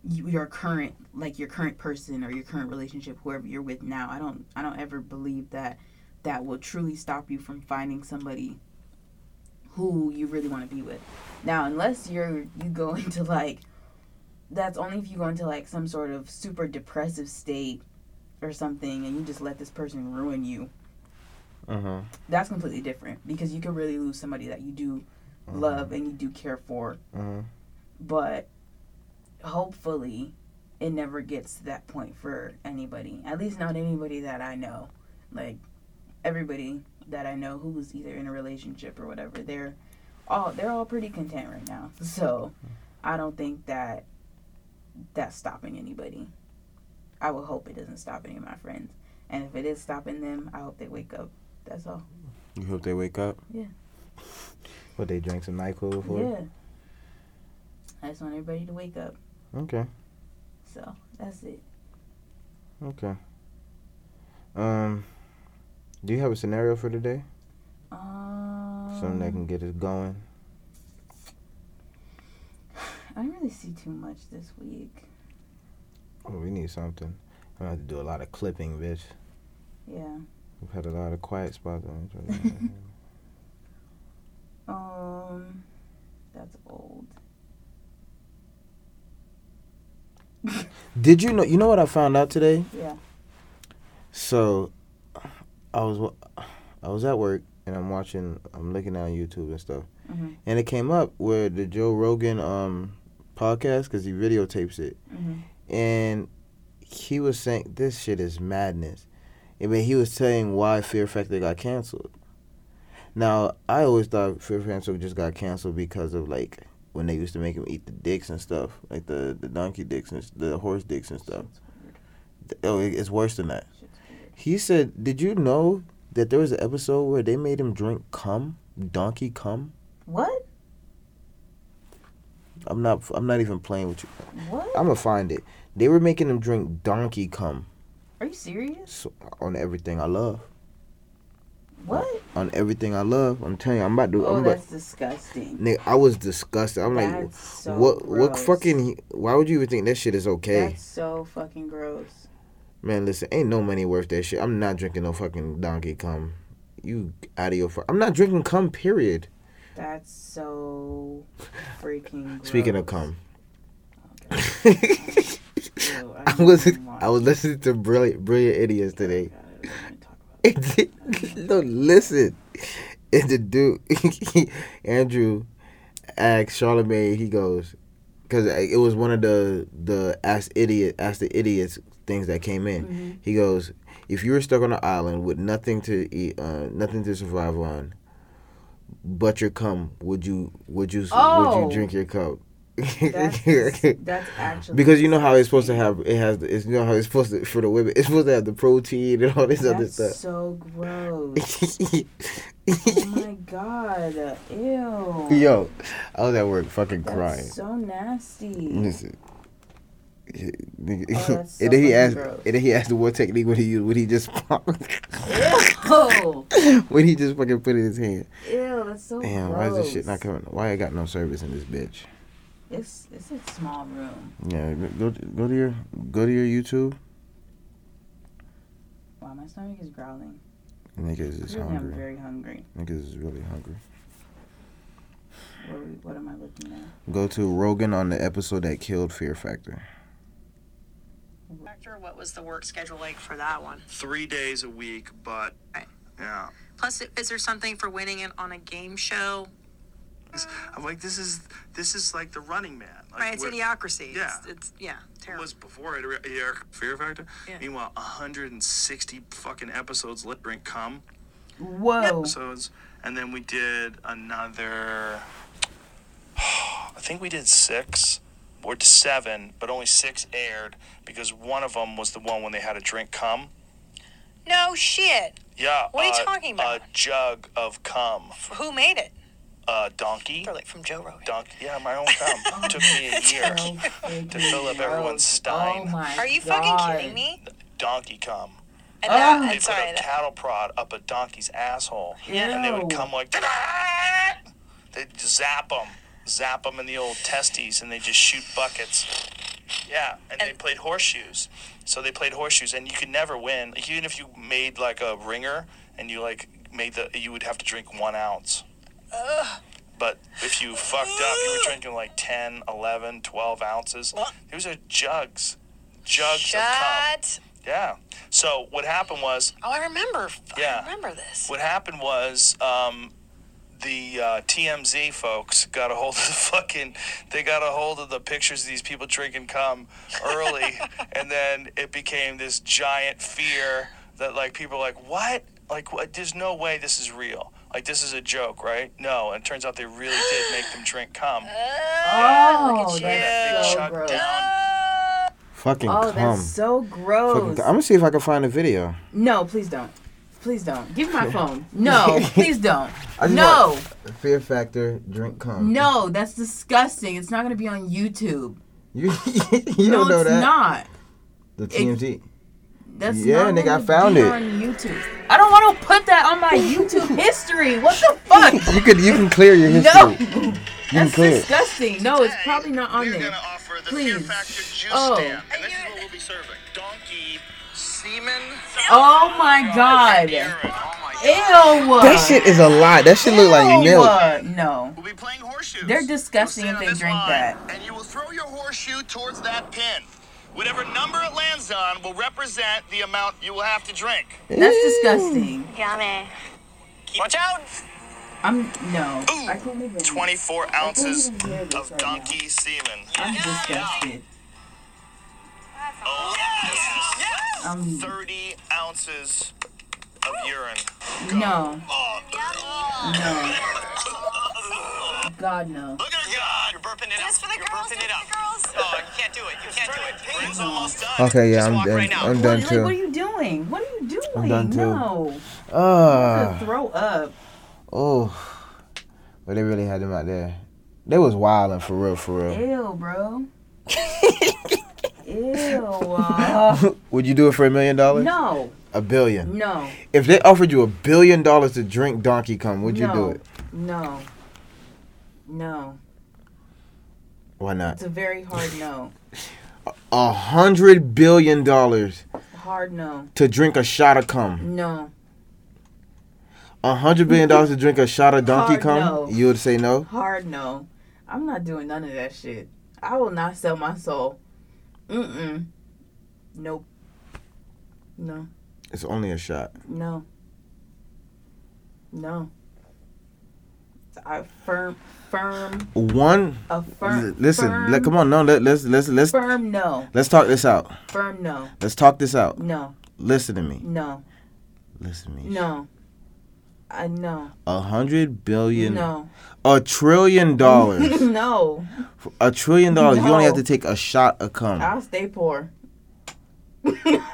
S8: you, your current like your current person or your current relationship whoever you're with now. I don't I don't ever believe that that will truly stop you from finding somebody who you really want to be with. Now, unless you're you go into like that's only if you go into like some sort of super depressive state or something and you just let this person ruin you,
S7: Mm-hmm.
S8: that's completely different because you could really lose somebody that you do love and you do care for.
S7: Mm-hmm.
S8: But hopefully, it never gets to that point for anybody. At least not anybody that I know. Like everybody that I know who's either in a relationship or whatever, they're all they're all pretty content right now. So I don't think that that's stopping anybody. I would hope it doesn't stop any of my friends. And if it is stopping them, I hope they wake up. That's all.
S7: You hope they wake up.
S8: Yeah.
S7: What they drank some Nyquil before?
S8: Yeah. I just want everybody to wake up.
S7: Okay.
S8: So that's it.
S7: Okay. Um, do you have a scenario for today?
S8: Um,
S7: Something that can get us going.
S8: I didn't really see too much this week.
S7: Oh, we need something. I'm gonna have to do a lot of clipping, bitch.
S8: Yeah.
S7: We've had a lot of quiet spots.
S8: Um, that's old.
S7: Did you know? You know what I found out today?
S8: Yeah.
S7: So, I was wa- I was at work and I'm watching. I'm looking at YouTube and stuff,
S8: Mhm.
S7: and it came up where the Joe Rogan um podcast because he videotapes it,
S8: Mhm.
S7: and he was saying this shit is madness. I mean, he was saying why Fear Factor got canceled. Now, I always thought Fear Factor just got canceled because of like when they used to make him eat the dicks and stuff, like the the donkey dicks and s- the horse dicks and stuff.
S8: Shit's weird.
S7: Oh, it- it's worse than that.
S8: Shit's weird.
S7: He said, "Did you know that there was an episode where they made him drink cum, donkey cum?"
S8: What?
S7: I'm not. I'm not even playing with you.
S8: What?
S7: I'm gonna find it. They were making them drink donkey cum
S8: Are you serious?
S7: so, on everything I love.
S8: What?
S7: On everything I love. I'm telling you, I'm about to.
S8: Oh,
S7: I'm about,
S8: that's disgusting.
S7: nigga, I was disgusted. I'm like,
S8: That's so
S7: what? What
S8: gross.
S7: fucking? Why would you even think that shit is okay?
S8: That's so fucking gross.
S7: Man, listen, ain't no money worth that shit. I'm not drinking no fucking donkey cum. You out of your fuck. I'm not drinking cum. Period.
S8: That's so freaking. Gross.
S7: Speaking of cum.
S8: Okay. Ew,
S7: I
S8: don't
S7: was
S8: even
S7: I was
S8: want-
S7: listening to brilliant brilliant idiots today.
S8: God, I don't wanna talk about it.
S7: no, listen. And the dude, Andrew, asked Charlemagne. He goes, because it was one of the the ask idiot ask the idiots things that came in.
S8: Mm-hmm.
S7: He goes, if you were stuck on an island with nothing to eat, uh, nothing to survive on, but your cum, would you would you would
S8: Oh.
S7: you drink your cup?
S8: That's, dis- that's actually
S7: Because you know how it's supposed to
S8: disgusting.
S7: have it has the, it's you know how it's supposed to for the women it's supposed to have the protein and all this other
S8: That's
S7: stuff.
S8: so gross. oh my god. Ew.
S7: Yo, I was at work fucking
S8: That's
S7: crying.
S8: so nasty.
S7: Listen. Nigga,
S8: Oh, that's
S7: and then he
S8: so
S7: asked,
S8: gross.
S7: and then he asked what technique would he use? Would he just,
S8: Ew.
S7: when he just fucking put it in his hand?
S8: Ew, that's so
S7: Damn,
S8: gross.
S7: why is this shit not coming? Why I got no service in this bitch?
S8: It's it's a small room.
S7: Yeah, go go to your go to your YouTube.
S8: Wow, my stomach is growling.
S7: Niggas is
S8: Clearly I'm
S7: hungry.
S8: very hungry.
S7: Niggas is really hungry.
S8: What, are we, what am I looking at?
S7: Go to Rogan on the episode that killed Fear Factor.
S1: Factor, what was the work schedule like for that one?
S3: three days a week, but
S1: Right.
S3: yeah,
S1: Plus, is there something for winning it on a game show?
S3: I'm like this is this is like the Running Man. Like,
S1: Right, it's
S3: where-
S1: idiocracy. It's,
S3: yeah.
S1: it's yeah,
S3: it
S1: terrible.
S3: was before it, yeah, Fear Factor.
S1: Yeah.
S3: Meanwhile, 160 fucking episodes later and come
S8: Whoa.
S3: episodes, and then we did another. I think we did six or seven, but only six aired because one of them was the one when they had a drink cum.
S1: no shit.
S3: Yeah.
S1: What are you
S3: uh,
S1: talking
S3: A
S1: about?
S3: jug of cum.
S1: Who made it?
S3: A donkey.
S1: They're like from Joe Rogan.
S3: Dunk. Yeah, my own cum. Took me a year. to fill up everyone's stein.
S8: Oh my
S1: Are you
S8: God.
S1: fucking kidding me?
S3: donkey cum.
S1: And
S8: Ah.
S1: that,
S3: They
S1: I'm sorry.
S3: put a
S1: That,
S3: cattle prod up a donkey's asshole, and they would
S8: Ew.
S3: come like, "Ta-da!" they'd zap them, zap them in the old testes, and they just shoot buckets. Yeah, and, they played horseshoes. So they played horseshoes, and you could never win, Like, even if you made like a ringer, and you like made the, you would have to drink one ounce. But if you fucked up, you were drinking like 10, 11, 12 ounces. These are jugs. Jugs of cum.
S1: shut.
S3: Yeah. So what happened was,
S1: Oh, I remember.
S3: Yeah.
S1: I remember this.
S3: what happened was, um, the uh, TMZ folks got a hold of the fucking, they got a hold of the pictures of these people drinking cum early, and then it became this giant fear that like people are like, what? Like, what? there's no way this is real. Like this is a joke, right? No, and it turns out they really did make them drink cum.
S8: Oh,
S1: Look at
S3: Big
S8: that's so
S3: chuck
S8: gross.
S3: down.
S7: Fucking
S8: Oh,
S7: cum.
S8: that's so
S7: Fucking
S8: gross.
S7: cum. I'm gonna see if I can find a video.
S8: No, please don't. Please don't. Give me my phone. No, please don't.
S7: I just
S8: No,
S7: Fear Factor, drink cum.
S8: no, that's disgusting. It's not gonna be on YouTube.
S7: you,
S8: No,
S7: don't know
S8: it's
S7: that.
S8: not.
S7: The TMZ.
S8: That's
S7: Yeah,
S8: not
S7: nigga,
S8: gonna
S7: I found
S8: be
S7: it.
S8: on YouTube. I don't want to put that on my YouTube history. What the fuck?
S7: You could you can clear your history.
S8: No,
S7: you can
S8: that's
S7: clear. it.
S8: disgusting. No, it's probably not on
S3: We're
S8: there.
S3: gonna offer the Fear
S8: Please.
S3: Factor juice
S8: Oh.
S3: stand, and this is what we'll be serving: donkey semen.
S8: Oh my god. Ew.
S3: urine. Oh my god.
S8: That
S7: That shit is a lie. That shit look like milk.
S8: No.
S3: We'll be playing horseshoes.
S8: They're disgusting
S3: You'll
S8: if
S3: stand on
S8: they
S3: this
S8: drink
S3: line,
S8: that.
S3: And you will throw your horseshoe towards that pin. Whatever number it lands on will represent the amount you will have to drink.
S8: That's disgusting.
S3: Watch out!
S8: I'm no.
S3: Ooh,
S8: I can't even.
S3: 24 ounces
S8: even hear this
S3: of
S8: right
S3: donkey semen.
S8: I'm disgusted.
S3: Oh, yes! yes!
S8: Um,
S3: 30 ounces of urine.
S8: No,
S3: Oh,
S8: no. God no.
S3: look at God! You're burping it up. You're burping it up. Oh, you can't do it. You can't do it. Brain's almost done.
S7: Okay, yeah,
S3: Just
S7: I'm
S3: walk
S7: done.
S3: right now.
S7: I'm
S8: What,
S7: done
S8: like, what are
S7: too.
S8: you doing? What are you doing?
S7: done too.
S8: No.
S7: Ah,
S8: Throw up.
S7: oh, but they really had them out there. They was wilding for real, for real.
S8: Ew, bro. Ew. uh,
S7: Would you do it for a million dollars?
S8: no,
S7: A billion.
S8: no,
S7: If they offered you a billion dollars to drink Donkey Kong, would you do
S8: No.
S7: it?
S8: no, no.
S7: Why not?
S8: It's a very hard no.
S7: A hundred billion dollars
S8: Hard no.
S7: to drink a shot of cum.
S8: No.
S7: A hundred billion dollars to drink a shot of Donkey
S8: Hard
S7: Kong.
S8: no.
S7: You would say no.
S8: Hard no. I'm not doing none of that shit. I will not sell my soul. Mm mm. Nope. No.
S7: It's only a shot.
S8: No. No. I firm, firm,
S7: One.
S8: a
S7: l-
S8: firm.
S7: listen.
S8: firm,
S7: Let, come on. No. Let, let's let's let's
S8: Firm no.
S7: let's talk this out.
S8: Firm no.
S7: Let's talk this out.
S8: No.
S7: Listen to me.
S8: No.
S7: Listen to me.
S8: No. I no.
S7: A hundred billion.
S8: No.
S7: A trillion dollars.
S8: no.
S7: a trillion dollars. You only have
S8: No.
S7: to take a shot of cum.
S8: I'll stay poor.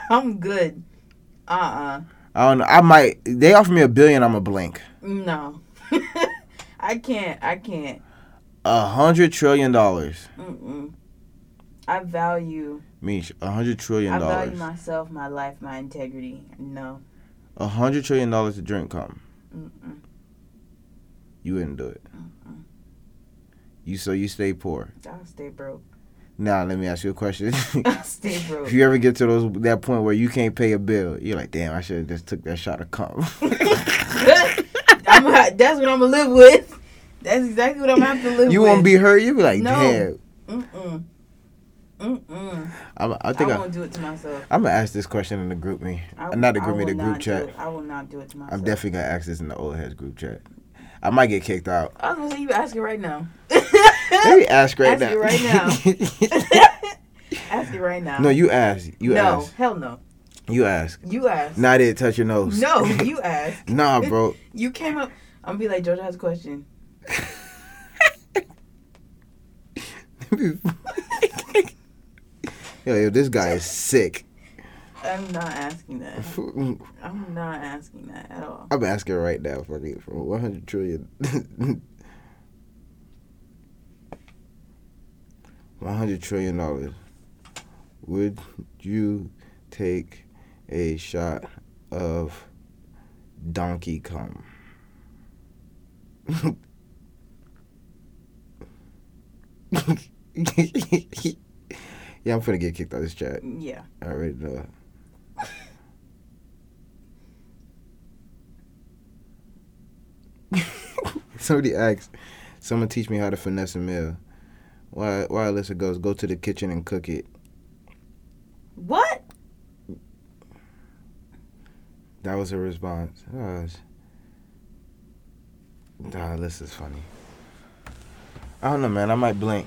S8: I'm good. Uh uh
S7: I don't know. I might. They offer me a billion. I'm a blink.
S8: No. I can't. I can't.
S7: A hundred trillion dollars.
S8: Mm-mm. I value.
S7: Meesh. A hundred trillion
S8: I value
S7: dollars.
S8: myself, my life, my integrity. No.
S7: A hundred trillion dollars to drink cum.
S8: Mm-mm.
S7: You wouldn't do it. You so you stay poor.
S8: I'll stay broke.
S7: Now let me ask you a question.
S8: I'll stay broke.
S7: if you ever get to those that point where you can't pay a bill, you're like, damn, I should have just took that shot of cum.
S8: I'm gonna, that's what I'm gonna live with. That's exactly what I'm gonna have to live
S7: you
S8: with.
S7: won't be hurt. You'll be like,
S8: No.
S7: damn.
S8: Mm-mm. Mm-mm.
S7: I'm, I
S8: I
S7: think I
S8: won't do it to myself.
S7: I'm gonna ask this question in the group me.
S8: I,
S7: not the
S8: I
S7: group me,
S8: will
S7: the
S8: not
S7: group
S8: do
S7: chat.
S8: it. I will not do it to myself.
S7: I'm definitely gonna ask this in the old heads group chat. I might get kicked out.
S8: I was gonna say you ask it right now.
S7: Let me ask right
S8: Ask
S7: now.
S8: it right
S7: now.
S8: ask it right now.
S7: no, you ask. You
S8: no,
S7: ask.
S8: hell no.
S7: You ask.
S8: You ask.
S7: Nah, I didn't touch your nose.
S8: No, you ask.
S7: nah, bro.
S8: You came up. I'm gonna be like Georgia has a question.
S7: Yo, yo, this guy is sick.
S8: I'm not asking that.
S7: I'm
S8: I'm not asking that at all.
S7: asking right now, fuck it, for 100 trillion. 100 trillion dollars. Would you take a shot of Donkey Kong? yeah, I'm finna get kicked out of this chat.
S8: Yeah.
S7: I already know. Somebody asked, someone teach me how to finesse a meal. Why, why Alyssa goes, go to the kitchen and cook it.
S8: What?
S7: That was her response. Oh, it's- nah, Alyssa's funny. I don't know, man. I might blink.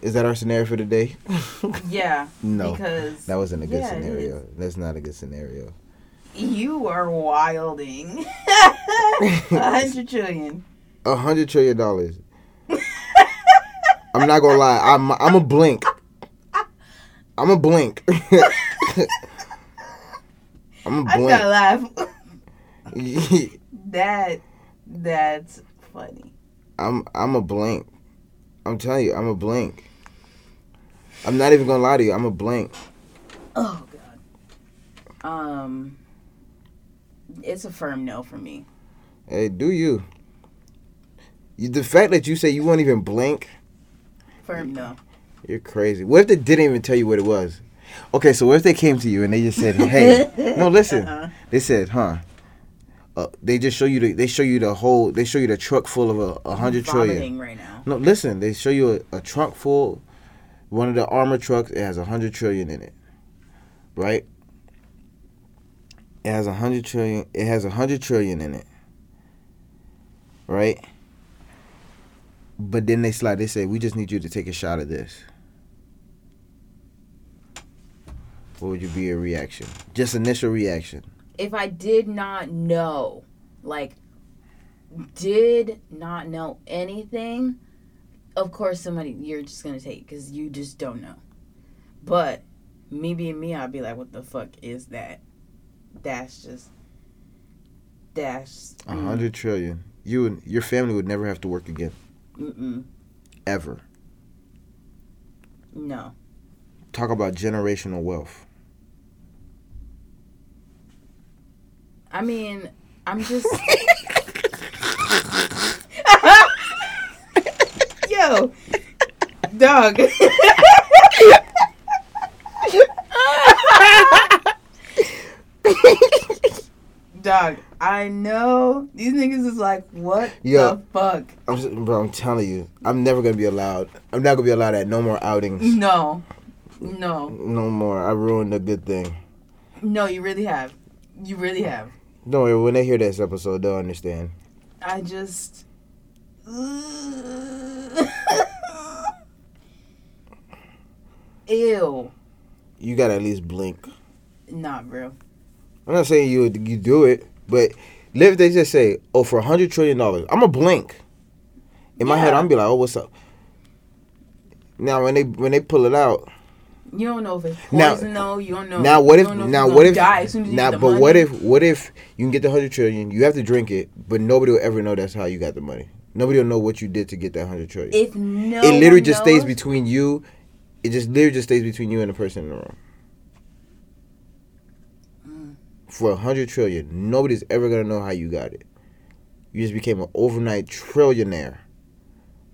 S7: Is that our scenario for today?
S8: Yeah.
S7: no.
S8: Because
S7: That wasn't a good
S8: yeah, it
S7: scenario. That's not a good scenario.
S8: you are wilding. A hundred trillion.
S7: a hundred trillion dollars. I'm not gonna lie. I'm I'm a blink. I'm a blink. I'm a
S8: I gotta
S7: blink.
S8: laugh. that that's funny.
S7: I'm I'm a blink. I'm telling you, I'm a blink. I'm not even gonna lie to you. I'm a blink.
S8: Oh god. Um it's a firm no for me.
S7: Hey, do you? you the fact that you say you won't even blink,
S8: Firm no.
S7: you're crazy. What if they didn't even tell you what it was? Okay, so what if they came to you and they just said, "Hey, no, listen."
S8: Uh-uh.
S7: They said, huh? Uh, they just show you the they show you the whole they show you the truck full of a, a hundred trillion.
S8: Vomiting right now.
S7: No, listen, they show you a, a trunk full, one of the armor trucks. It has a hundred trillion in it, right? It has a hundred trillion. It has a hundred trillion in it, right? But then they slide. They say, "We just need you to take a shot of this." What would you be your reaction? Just initial reaction.
S8: If I did not know, like did not know anything, of course somebody you're just gonna take because you just don't know. But me being me, I'd be like, what the fuck is that? That's just that's Mm.
S7: A hundred trillion. You and your family would never have to work again.
S8: Mm-mm.
S7: ever.
S8: No.
S7: Talk about generational wealth.
S8: I mean, I'm just. Yo, dog. dog, I know these niggas is like, what
S7: Yo.
S8: the fuck?
S7: I'm just, bro, I'm telling you, I'm never gonna be allowed. I'm not gonna be allowed at no more outings.
S8: No, no,
S7: No more. I ruined a good thing.
S8: no. You really have. You really have.
S7: Don't worry, when they hear this episode, they'll understand.
S8: I just. Ew.
S7: You gotta at least blink.
S8: Not real.
S7: I'm not saying you you do it, but live. They just say, "Oh, for a hundred trillion dollars, I'm gonna blink." In my head,
S8: Yeah.
S7: I'm be like, "Oh, what's up?" Now when they when they pull it out,
S8: You don't know if it's
S7: Now-
S8: poison though. You don't know.
S7: now what
S8: you
S7: if
S8: don't know
S7: now
S8: you're
S7: what
S8: gonna
S7: if
S8: Die as soon as you
S7: now
S8: get the
S7: but what
S8: money.
S7: if what if you can get the hundred trillion, you have to drink it, but nobody will ever know that's how you got the money. Nobody will know what you did to get that hundred trillion.
S8: if no?
S7: it literally
S8: one
S7: just stays
S8: knows-
S7: between you. It just literally just stays between you and the person in the room.
S8: Mm.
S7: For a hundred trillion, nobody's ever gonna know how you got it. You just became an overnight trillionaire,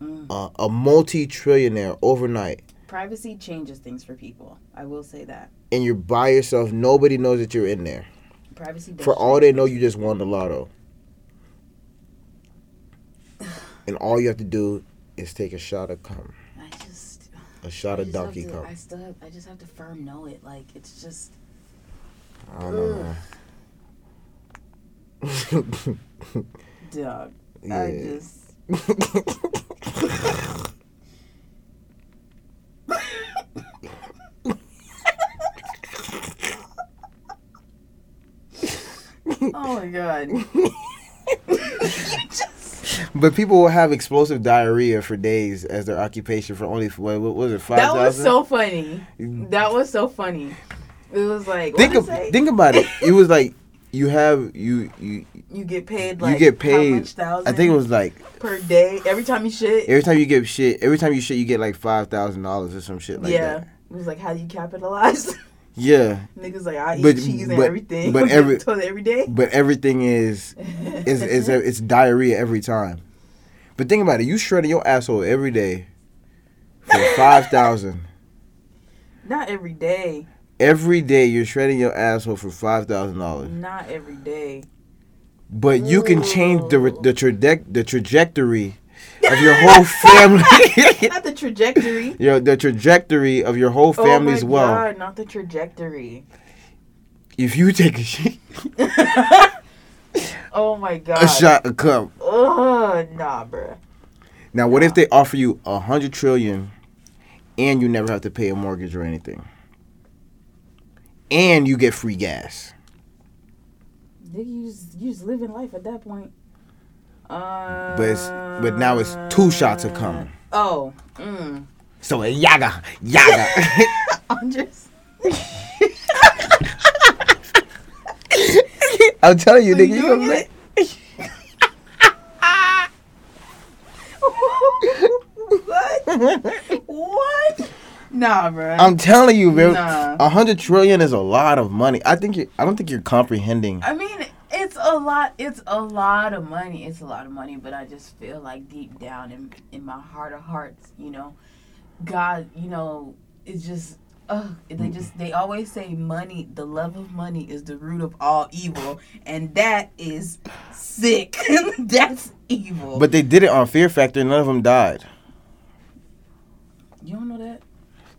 S8: Mm,
S7: uh, a multi-trillionaire overnight,
S8: Privacy changes things for people. I will say that.
S7: and you're by yourself. Nobody knows that you're in there.
S8: Privacy. does
S7: For all
S8: change
S7: they
S8: things.
S7: know, you just won the lotto, and all you have to do is take a shot of cum,
S8: I just.
S7: a shot
S8: I
S7: of
S8: just have
S7: donkey
S8: to-
S7: cum.
S8: I still. Have, I just have to firm know it. Like it's just.
S7: I don't know. man.
S8: Dog. I
S7: Yeah.
S8: just. Oh my god.
S7: but people will have explosive diarrhea for days as their occupation for only what, what was it five
S8: That was
S7: thousand?
S8: so funny. That was so funny. It was like
S7: think
S8: what
S7: of,
S8: did I say?
S7: think about it. It was like you have you you
S8: you get paid like
S7: you get
S8: How
S7: paid.
S8: much thousand
S7: I think it was like
S8: per day every time you shit.
S7: every time you get shit. Every time you shit, you get like five thousand dollars or some shit like
S8: yeah,
S7: that.
S8: it was like how do you capitalize?
S7: Yeah,
S8: Niggas like I eat
S7: But-
S8: cheese and
S7: but-
S8: everything.
S7: but
S8: But
S7: every-
S8: every toilet every day.
S7: but everything is is is it's diarrhea every time. But think about it. You shredding your asshole every day for five thousand.
S8: Not every day.
S7: Every day you're shredding your asshole for five thousand dollars,
S8: Not every day.
S7: but you can change the the, traje- the trajectory of your whole family.
S8: Not the trajectory.
S7: your the trajectory of your whole family's
S8: oh my
S7: wealth
S8: god, not the trajectory.
S7: if you take a, sh-
S8: Oh my god.
S7: a shot of cum.
S8: Ugh, nah, bruh.
S7: Now, what if they offer you a hundred trillion, and you never have to pay a mortgage or anything, and you get free gas?
S8: Nigga, you just you just living life at that point. Uh,
S7: But it's, but now it's two shots of cum.
S8: Oh, mm.
S7: So yaga yaga.
S8: I'm just.
S7: I'm telling you,
S8: So you
S7: nigga, you
S8: doing
S7: gonna make-
S8: what? what? Nah, bruh.
S7: I'm telling you, man.
S8: Nah.
S7: A hundred trillion is a lot of money. I think you, I don't think you're comprehending.
S8: I mean, it's a lot. It's a lot of money. It's a lot of money, but I just feel like deep down in in my heart of hearts, you know, God, you know, it's just. Ugh,
S7: Mm-hmm.
S8: they just they always say money the love of money is the root of all evil and that is sick that's evil
S7: But they did it on Fear Factor. None of them died.
S8: you don't know that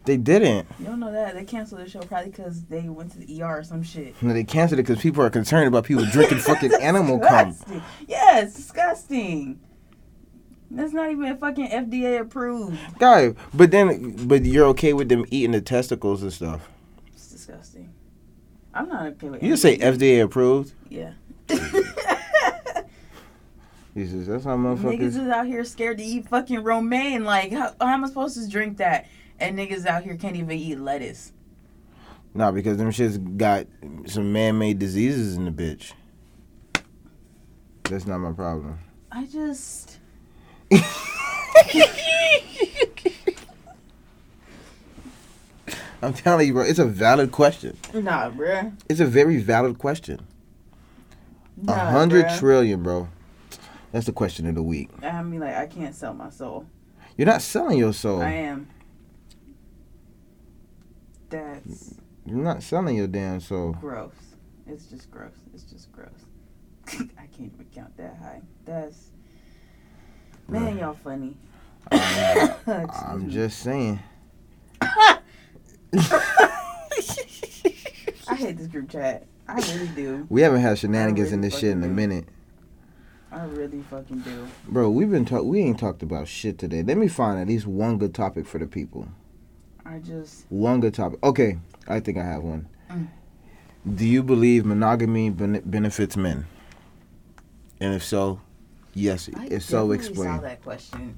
S7: They didn't.
S8: you don't know that they canceled the show probably because they went to the er or some shit
S7: No, they canceled it because people are concerned about people drinking fucking animal cum.
S8: Disgusting. yeah it's disgusting that's not even fucking fda approved
S7: Guy, but then, but you're okay with them eating the testicles and stuff.
S8: It's disgusting. I'm not okay with
S7: You just say FDA approved.
S8: Yeah.
S7: Jesus, that's how
S8: niggas is
S7: motherfuckers.
S8: out here scared to eat fucking romaine. Like, how, how am I supposed to drink that? And niggas out here can't even eat lettuce.
S7: Nah, because them shits got some man-made diseases in the bitch. That's not my problem.
S8: I just.
S7: I'm telling you, bro, it's a valid question.
S8: Nah, bruh.
S7: It's a very valid question. A
S8: Nah,
S7: hundred
S8: bruh.
S7: trillion, bro. That's the question of the week.
S8: I mean, like, I can't sell my soul.
S7: You're not selling your soul.
S8: I am.
S7: Mm.
S8: That's
S7: You're not selling your damn soul.
S8: gross. It's just gross. It's just gross. I can't even count that high. That's man, y'all funny. Excuse
S7: I'm
S6: Mm-hmm.
S8: me.
S7: just saying.
S8: I hate this group chat. I really do.
S7: We haven't had shenanigans
S8: really
S7: in this shit in a
S8: fucking do.
S7: minute.
S8: I really fucking do.
S7: Bro, we've been talk we ain't talked about shit today. Let me find at least one good topic for the people.
S8: I just
S7: One good topic. Okay, I think I have one.
S8: Mm.
S7: Do you believe monogamy ben- benefits men? And if so, yes.
S6: I
S7: if so,
S6: definitely
S7: explain.
S6: Saw that question.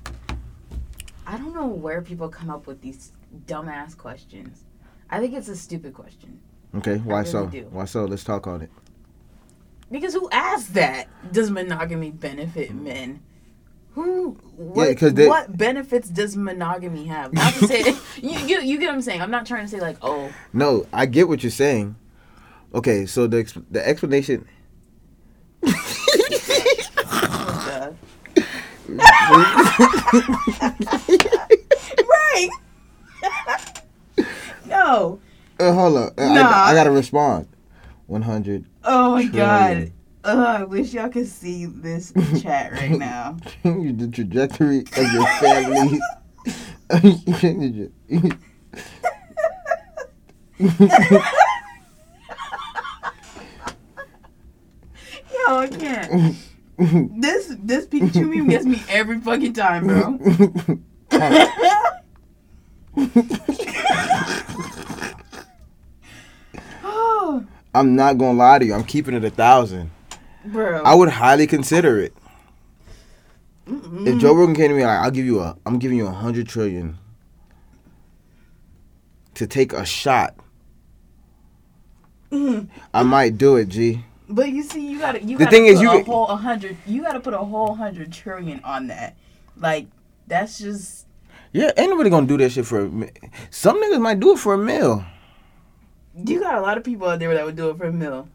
S6: I don't know where people come up with these dumbass questions. I think it's a stupid question
S7: Okay, why
S6: really
S7: so?
S6: do.
S7: Why so? Let's talk on it.
S6: because who asked that? Does monogamy benefit men? Who? What?
S7: 'cause they-
S6: what benefits does monogamy have? Not to say you, you you get what I'm saying. I'm not trying to say like oh
S7: No, I get what you're saying. Okay, so the ex- the explanation.
S8: what the-
S7: Uh,
S8: right. no.
S7: Uh, hold up, I-
S8: Nah.
S7: I, I gotta respond. One hundred.
S8: Oh my god.
S7: Trillion.
S8: Oh, I wish y'all could see this chat right now.
S7: the trajectory of your family.
S8: Yo, I can't. This this Pikachu meme gets me every fucking time, bro. oh,
S7: I'm not gonna lie to you. I'm keeping it a thousand.
S8: bro.
S7: I would highly consider it. If Joe Rogan came to me like, "I'll give you a, I'm giving you a hundred trillion to take a shot,"
S8: Mhm.
S7: I might do it. G.
S8: But you see, you gotta you
S7: The
S8: gotta
S7: thing
S8: put
S7: is, you-
S8: a whole a hundred. You gotta put a whole hundred trillion on that. Like that's just
S7: Yeah, ain't nobody gonna do that shit for. A, mi- some niggas might do it for a meal.
S8: you got a lot of people out there that would do it for a meal.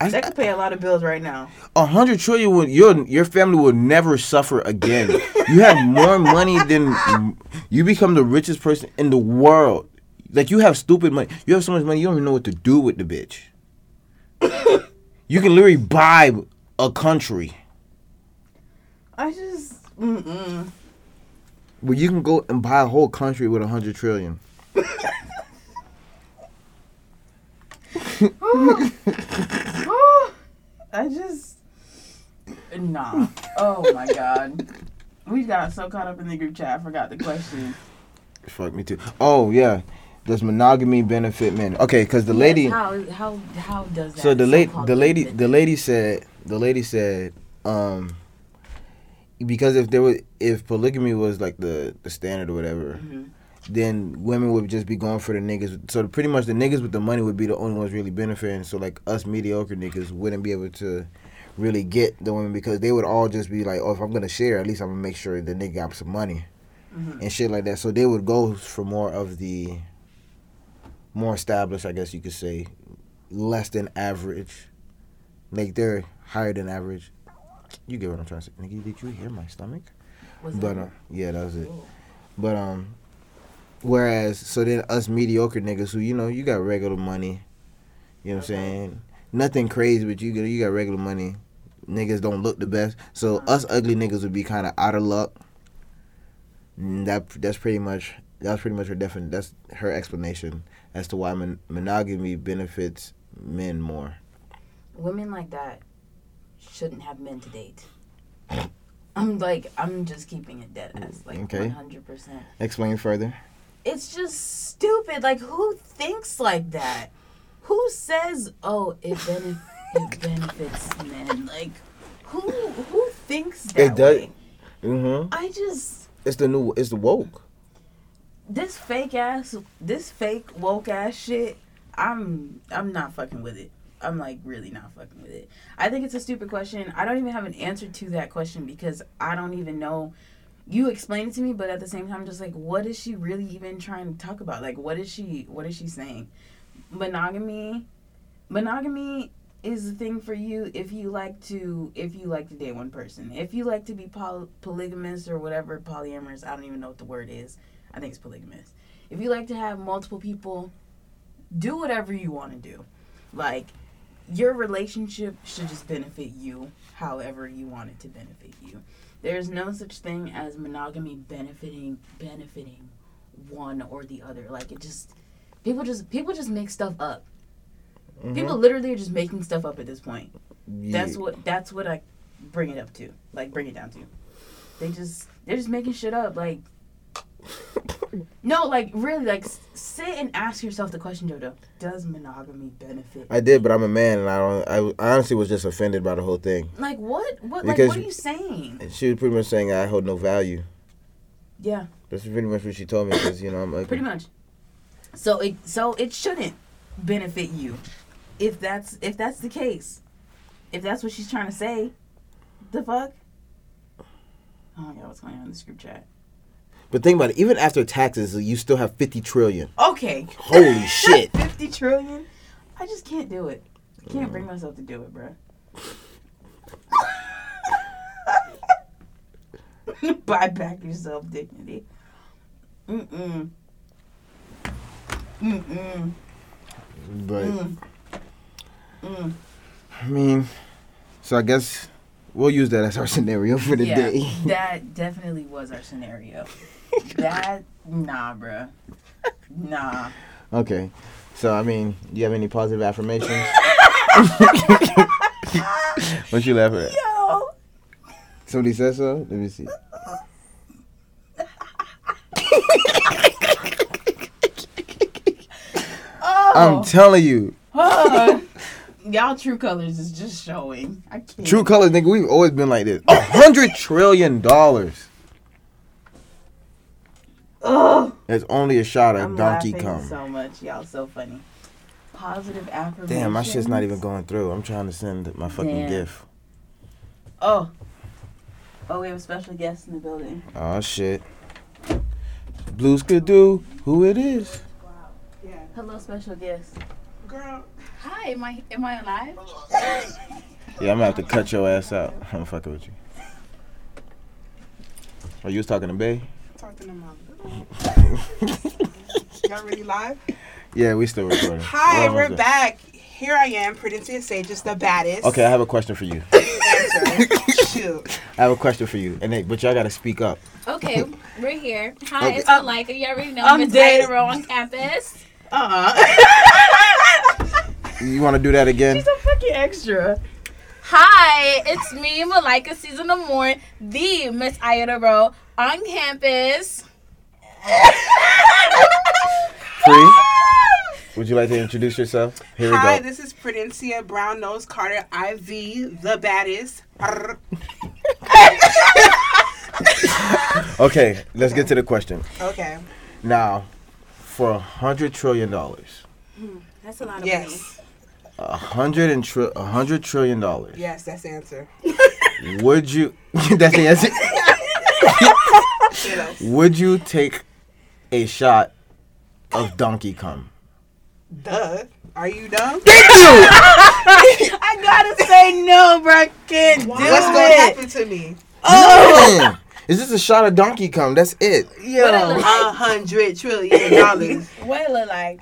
S7: I,
S8: That could pay a lot of bills right now.
S7: a hundred trillion would your your family will never suffer again. you have more money than you become the richest person in the world. Like you have stupid money. You have so much money you don't even know what to do with the bitch. you can literally buy a country.
S8: I just mm-mm.
S7: But you can go and buy a whole country with a hundred trillion.
S8: I just nah. Oh my god. We got so caught up in the group chat, I forgot the question.
S7: Fuck me too. Oh yeah. Does monogamy benefit men? Okay, cause the lady
S6: how how how does that
S7: so the late
S6: so-called
S7: the lady
S6: benefit
S7: the lady said the lady said um because if there was if polygamy was like the the standard or whatever then women would just be going for the niggas so pretty much the niggas with the money would be the only ones really benefiting so like us mediocre niggas wouldn't be able to really get the women because they would all just be like oh if i'm gonna share at least i'm gonna make sure the nigga got some money and shit like that so they would go for more of the more established i guess you could say less than average. Like they're higher than average. You get what I'm trying to say. Nigga, did you hear my stomach?
S6: was
S7: But
S6: that-
S7: uh, yeah, that was it. But um whereas so then us mediocre niggas who, you know, you got regular money. You know what I'm saying? Nothing crazy, but you got you got regular money. Niggas don't look the best. So us ugly niggas would be kinda out of luck. Mm, That that's pretty much that's pretty much her definition. That's her explanation as to why mon- monogamy benefits men more.
S6: women like that shouldn't have men to date. I'm like I'm just keeping it dead ass like
S7: Okay.
S6: 100. percent
S7: Explain further.
S6: it's just stupid. Like, who thinks like that? Who says, "Oh, it, benef- it benefits men"? Like, who who thinks that?
S7: It does-
S6: way?
S7: Mm-hmm.
S6: I just
S7: It's the new. It's the woke.
S6: this fake ass, this fake woke ass shit. I'm I'm not fucking with it. I'm like really not fucking with it. I think it's a stupid question. I don't even have an answer to that question because I don't even know
S8: you explain it to me, but at the same time, just like, what is she really even trying to talk about? Like, what is she, what is she saying? Monogamy, monogamy is the thing for you if you like to, if you like to date one person. If you like to be poly- polygamous or whatever, polyamorous, I don't even know what the word is. I think it's polygamous. If you like to have multiple people, do whatever you want to do. Like, your relationship should just benefit you however you want it to benefit you. There's no such thing as monogamy benefiting benefiting one or the other. Like it just people just people just make stuff up. People literally are just making stuff up at this point. That's what that's what I bring it up to. Like bring it down to. They just they're just making shit up. Like no, like really, like s- sit and ask yourself the question, Dodo. Does monogamy benefit?
S7: I did, but I'm a man, and I don't. I honestly was just offended by the whole thing.
S8: Like what? What? Like
S7: Because-
S8: what are you saying?
S7: She was pretty much saying I hold no value.
S8: Yeah.
S7: That's pretty much what she told me. Cause you know I'm like,
S8: Pretty much. So it so it shouldn't benefit you. If that's if that's the case. If that's what she's trying to say. The fuck? Oh my god, what's going on in this group chat?
S7: but think about it. Even after taxes, you still have 50 trillion.
S8: Okay.
S7: Holy shit!
S8: Fifty trillion? I just can't do it. I can't
S7: Mm.
S8: bring myself to do it, bruh. Buy back yourself dignity. Mm-mm. Mm-mm.
S7: But
S8: Mm. Mm.
S7: I mean, so I guess we'll use that as our scenario for the
S8: yeah,
S7: day.
S8: that definitely was our scenario. that nah, bruh. Nah.
S7: Okay. So I mean, do you have any positive affirmations? what you laughing at?
S8: Yo,
S7: Somebody said so. Let me see.
S8: Oh.
S7: I'm telling you,
S8: huh. y'all true colors is just showing. I can't.
S7: true colors, nigga. We've always been like this. A hundred trillion dollars.
S8: Ugh.
S7: There's only a shot of
S8: I'm
S7: Donkey
S8: laughing
S7: Kong.
S8: so much. Y'all so funny. Positive affirmation.
S7: Damn, my shit's not even going through. I'm trying to send my fucking
S8: Damn.
S7: gift.
S8: Oh. Oh, we have a special guest in the building.
S7: Oh shit. Blues could do who it is.
S8: Hello, special guest.
S9: Hi, am I am I alive?
S7: Yeah, I'm gonna have to cut your ass out. I'm fucking with you. Oh, you was talking to Bay?
S9: Talking to mom. Y'all really live?
S7: Yeah, we still recording.
S9: Hi,
S7: Well,
S9: we're
S7: okay.
S9: back. Here I am, Prudencia Sages, the baddest.
S7: Okay, I have a question for you.
S9: Shoot.
S7: I have a question for you, and they, but y'all gotta speak up.
S10: Okay, we're here. Hi,
S7: Okay.
S10: it's Malika. You already know
S9: I'm
S10: Miss
S9: dead.
S10: Ida Rowe on campus.
S7: You wanna do that again?
S8: Fucking extra.
S10: Hi, it's me, Malika Season of Mourn, the Miss Ida Rowe on campus.
S7: Free. Would you like to introduce yourself? Here we
S9: Hi,
S7: go.
S9: this is Prudencia Brown Nose Carter IV, the baddest. Brr.
S7: Okay, let's get to the question.
S9: Okay.
S7: Now, for a hundred trillion dollars,
S10: That's a lot of
S9: Yes.
S7: a hundred and tri- a hundred trillion dollars,
S9: Yes, that's the answer.
S7: would you? that's the answer.
S9: Shit else.
S7: Would you take a shot of Donkey Kong?
S9: Duh. Are you dumb?
S8: I gotta say no, bro. I can't do
S9: What's going to happen to me?
S7: Man, Is this a shot of Donkey Kong? That's it.
S9: Yo, a hundred trillion dollars.
S10: What it look like?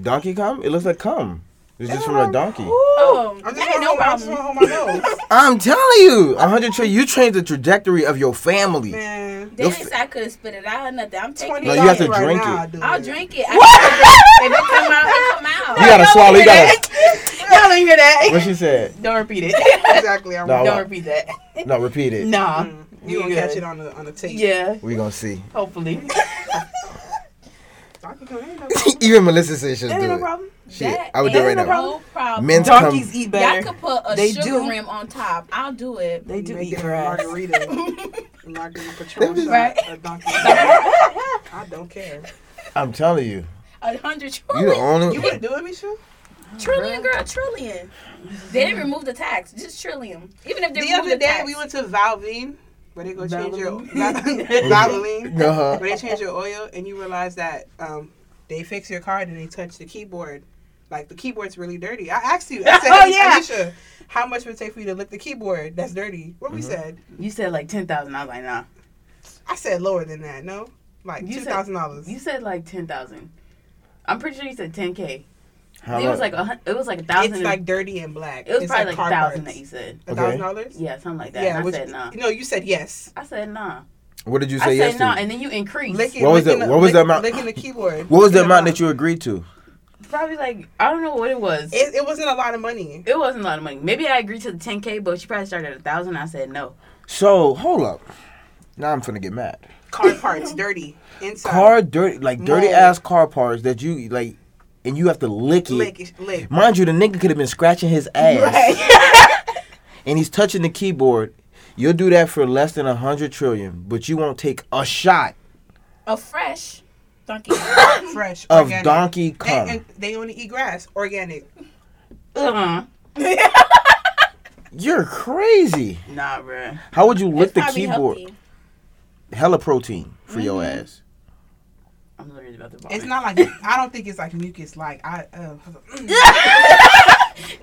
S7: Donkey Kong? It looks like cum. It's just from a donkey.
S10: Oh,
S9: I'm just
S10: hey,
S9: going
S10: no
S9: to
S10: problem.
S9: hold my nose.
S7: I'm telling you, a hundred trillion. You changed the trajectory of your family.
S9: Man.
S10: They just I could have spit it out or nothing. I'm taking
S9: $20
S7: No,
S10: it.
S7: you have to
S9: right
S7: drink
S9: now,
S7: it.
S9: dude.
S10: I'll drink it. I if it come out, it come out.
S7: You gotta swallow. You gotta.
S8: Y'all don't hear that.
S7: What she said?
S8: Don't repeat it.
S9: Exactly. I'm
S7: No,
S8: don't
S7: I-
S8: repeat that.
S7: No, repeat it.
S8: Nah.
S9: You
S8: We
S9: gonna catch
S8: good.
S9: it on the on the tape?
S8: Yeah,
S7: We gonna see.
S8: hopefully.
S9: I can go in, no problem.
S7: Even Melissa says she'll
S9: Ain't
S7: do
S9: no
S7: it.
S9: problem.
S7: Shit, I would do it right
S10: ain't
S7: now.
S10: No problem.
S7: Men's cum.
S8: Donkeys eat
S10: Y'all
S8: better.
S10: could put a
S8: They
S10: sugar
S8: do.
S10: rim on top. I'll do it.
S8: They do
S9: Make
S8: eat
S9: it a
S8: grass.
S9: margarita. A margarita Patron shot.
S10: Right.
S9: A donkey. I don't care.
S7: I'm telling you,
S10: A hundred
S7: you the
S10: trillion.
S7: only.
S9: You would do it, Misha?
S10: Trillion, girl, trillion. They didn't remove the tax, just trillion. Even if they
S9: The
S10: removed
S9: other
S10: the
S9: day
S10: tax.
S9: we went to Valvine where they go change your
S8: Vaseline?
S9: Vaseline,
S7: Uh-huh.
S9: where they change your oil, and you realize that um, they fix your card and they touch the keyboard. Like the keyboard's really dirty. I asked you. I said,
S8: Oh, yeah.
S9: Anisha, how much would it take for you to lick the keyboard that's dirty? What we said?
S8: You said like ten thousand. I was like, nah.
S9: I said lower than that. No, like
S8: You
S9: two
S8: said-
S9: thousand dollars.
S8: You said like ten thousand. I'm pretty sure you said ten k.
S7: How
S8: it was
S7: about-
S8: like a hun- it was like a thousand.
S9: It's like dirty and black.
S8: it was
S9: it's
S8: probably like a thousand that
S9: cardboards.
S8: you said.
S9: A
S7: Okay.
S9: thousand dollars?
S8: Yeah, something like that.
S9: Yeah,
S8: and I
S9: which-
S8: said nah.
S9: No, you said yes.
S8: I said nah.
S7: what did you
S8: I
S7: say yes
S8: said nah,
S7: to?
S8: and then you increased.
S9: Licking,
S7: What was
S9: licking
S7: the-
S9: the-
S7: what was the
S9: lick-
S7: amount-
S9: Licking the keyboard.
S7: What was the
S9: Licking
S7: amount that you agreed to?
S8: probably like I don't know what it was. It,
S9: It, it wasn't a lot of money.
S8: wasn't a lot of money. Maybe I agreed to the ten k, but she probably started at a thousand. I said no.
S7: So hold up. Now I'm finna get mad.
S9: Car parts dirty inside.
S7: Car dirty, like dirty
S9: Mold.
S7: ass car parts that you like, and you have to lick it.
S9: lick, lick.
S7: Mind you, the nigga could have been scratching his ass, and he's touching the keyboard. You'll do that for less than a hundred trillion, but you won't take a shot
S10: A fresh donkey.
S9: Fresh
S7: of
S9: organic.
S7: donkey cum.
S9: And, and they only eat grass, organic.
S8: Uh-huh.
S7: You're crazy.
S8: Nah, bruh.
S7: How would you lick
S10: It's
S7: the
S10: probably
S7: keyboard?
S10: healthy.
S7: Hella protein for your ass.
S8: I'm literally about to.
S9: It's
S8: vomit.
S9: not like I don't think it's like mucus. Like I, uh,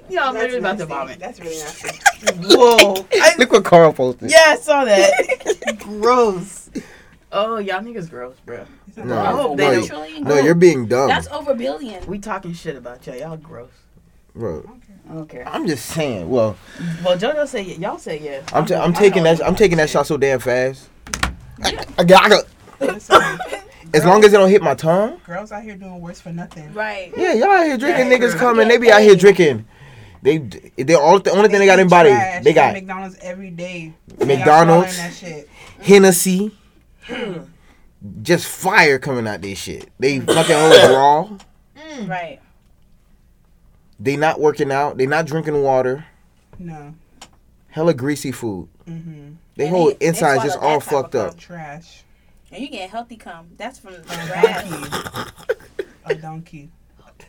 S8: You know, I'm
S9: that's
S8: literally about
S9: nasty.
S8: to vomit.
S9: That's really nasty.
S8: Whoa.
S7: Look what Carl posted.
S8: yeah, I saw that. gross. Oh, y'all niggas gross, bruh. I
S7: No,
S9: Oh,
S7: no,
S8: hope they
S7: you-
S8: don't-
S10: Trillion?
S7: no, you're being dumb,
S10: Oh, That's over a billion.
S8: We talking shit about y'all. Y'all gross.
S7: bro.
S8: I don't care.
S7: I'm just saying. Well,
S8: Well, JoJo say yeah. Y'all say yeah.
S7: I'm, t- I'm taking that. I'm taking that shot so damn fast. I, I, got- I got- as long as it don't hit my tongue.
S9: Girls out here doing worse for nothing.
S10: Right.
S7: Yeah, y'all out here drinking.
S8: Yeah,
S7: niggas
S8: true.
S7: coming. They be out here drinking. They they all the only thing they got in
S9: eat
S7: body.
S9: trash.
S7: They
S9: eat
S7: got
S9: McDonald's every day.
S7: McDonald's.
S9: Y'all swallowing that shit.
S7: Hennessy. Just fire coming out this shit. They fucking overall.
S10: Mm. Right.
S7: They not working out. They not drinking water.
S9: No.
S7: Hella greasy food.
S9: Mm-hmm.
S7: They
S10: And
S7: whole
S10: they- they
S7: insides
S10: swallow
S7: just all
S10: that type of
S7: fucked up.
S9: Trash.
S10: And you get healthy cum. That's from the grass.
S9: Donkey. a donkey.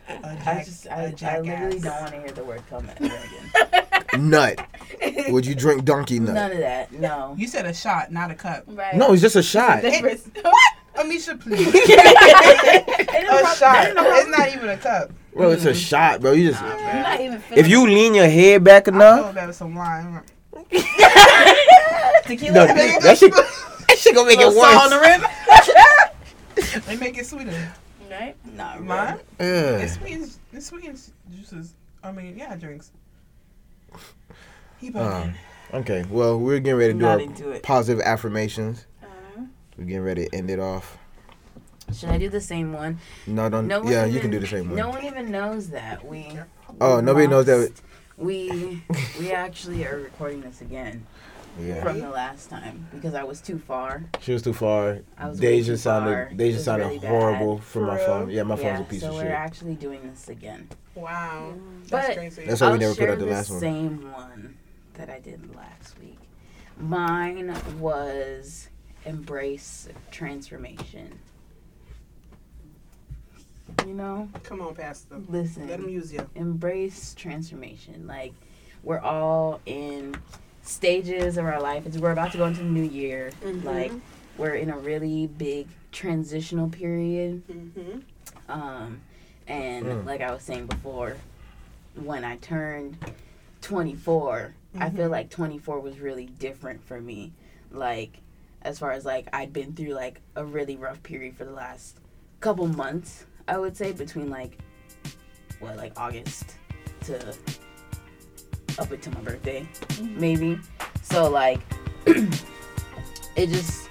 S9: A,
S8: I
S9: jack,
S8: just,
S9: a
S8: I, I
S9: jackass.
S8: literally don't want to hear the word come at me again.
S7: Nut. Would you drink donkey nut?
S8: None of that. No.
S9: You said a shot, not a cup.
S10: right.
S7: No, it's just a shot.
S10: Difference.
S9: Amisha, please.
S10: It
S9: a
S10: is prob-
S9: shot. It's not even a cup.
S7: Bro, it's a shot, bro. You just
S10: You're not even
S7: if
S10: feeling
S7: you lean your head back
S9: I feel
S7: enough,
S9: bad with some wine.
S7: no, that shit that shit gonna make it worse.
S9: They make it sweeter.
S10: it, right.
S8: Nah,
S9: Mine? It
S7: Ugh.
S9: sweetens, it sweetens juices. I mean, yeah, drinks. He
S7: Uh,
S9: bugging.
S7: okay, well we're getting ready to do
S8: Not
S7: our
S8: into it.
S7: positive affirmations.
S10: Uh-huh.
S7: We're getting ready to end it off.
S8: Should I do the same one?
S7: No, don't.
S8: No one
S7: Um, yeah, you
S8: even-
S7: can do the same one.
S8: No one even knows that we.
S7: oh, nobody knows that.
S8: lost- We we actually are recording this again
S7: Yeah,
S8: from the last time because I was too far.
S7: she was too far.
S8: I was way
S7: Deja
S8: too far.
S7: sounded.
S8: It
S7: Deja
S8: was
S7: sounded
S8: really bad.
S7: horrible from
S9: For
S7: my
S9: real?
S7: phone. Yeah, my phone's
S8: yeah,
S7: a piece
S8: so
S7: of
S8: we're
S7: shit.
S8: actually doing this again.
S9: Wow. That's
S8: But-
S9: crazy.
S7: That's why we
S8: I'll
S7: never put
S8: share
S7: out the last one.
S8: Same one that I did last week. Mine was embrace transformation. You know,
S9: Come on, Pastor.
S8: listen.
S9: Let him use you.
S8: embrace transformation. Like we're all in stages of our life. It's we're about to go into the new year. Like we're in a really big transitional period.
S9: Mm-hmm.
S8: Um, and
S7: Mm.
S8: like I was saying before, when I turned 24, I feel like 24 was really different for me. Like, as far as like, I'd been through like a really rough period for the last couple months, I would say, between like, what, like August to up until my birthday, maybe. So, like, it just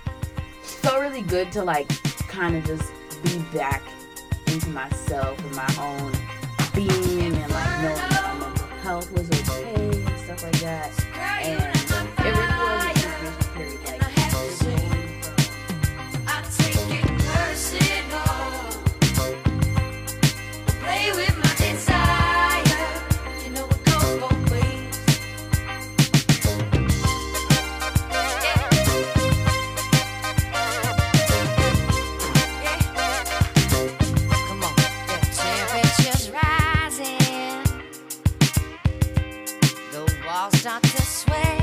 S8: felt really good to like kind of just be back into myself and my own being and like knowing that my mental health was okay and stuff like that. And it really was a transition period, like transitioning from
S11: Start to sway. Oh,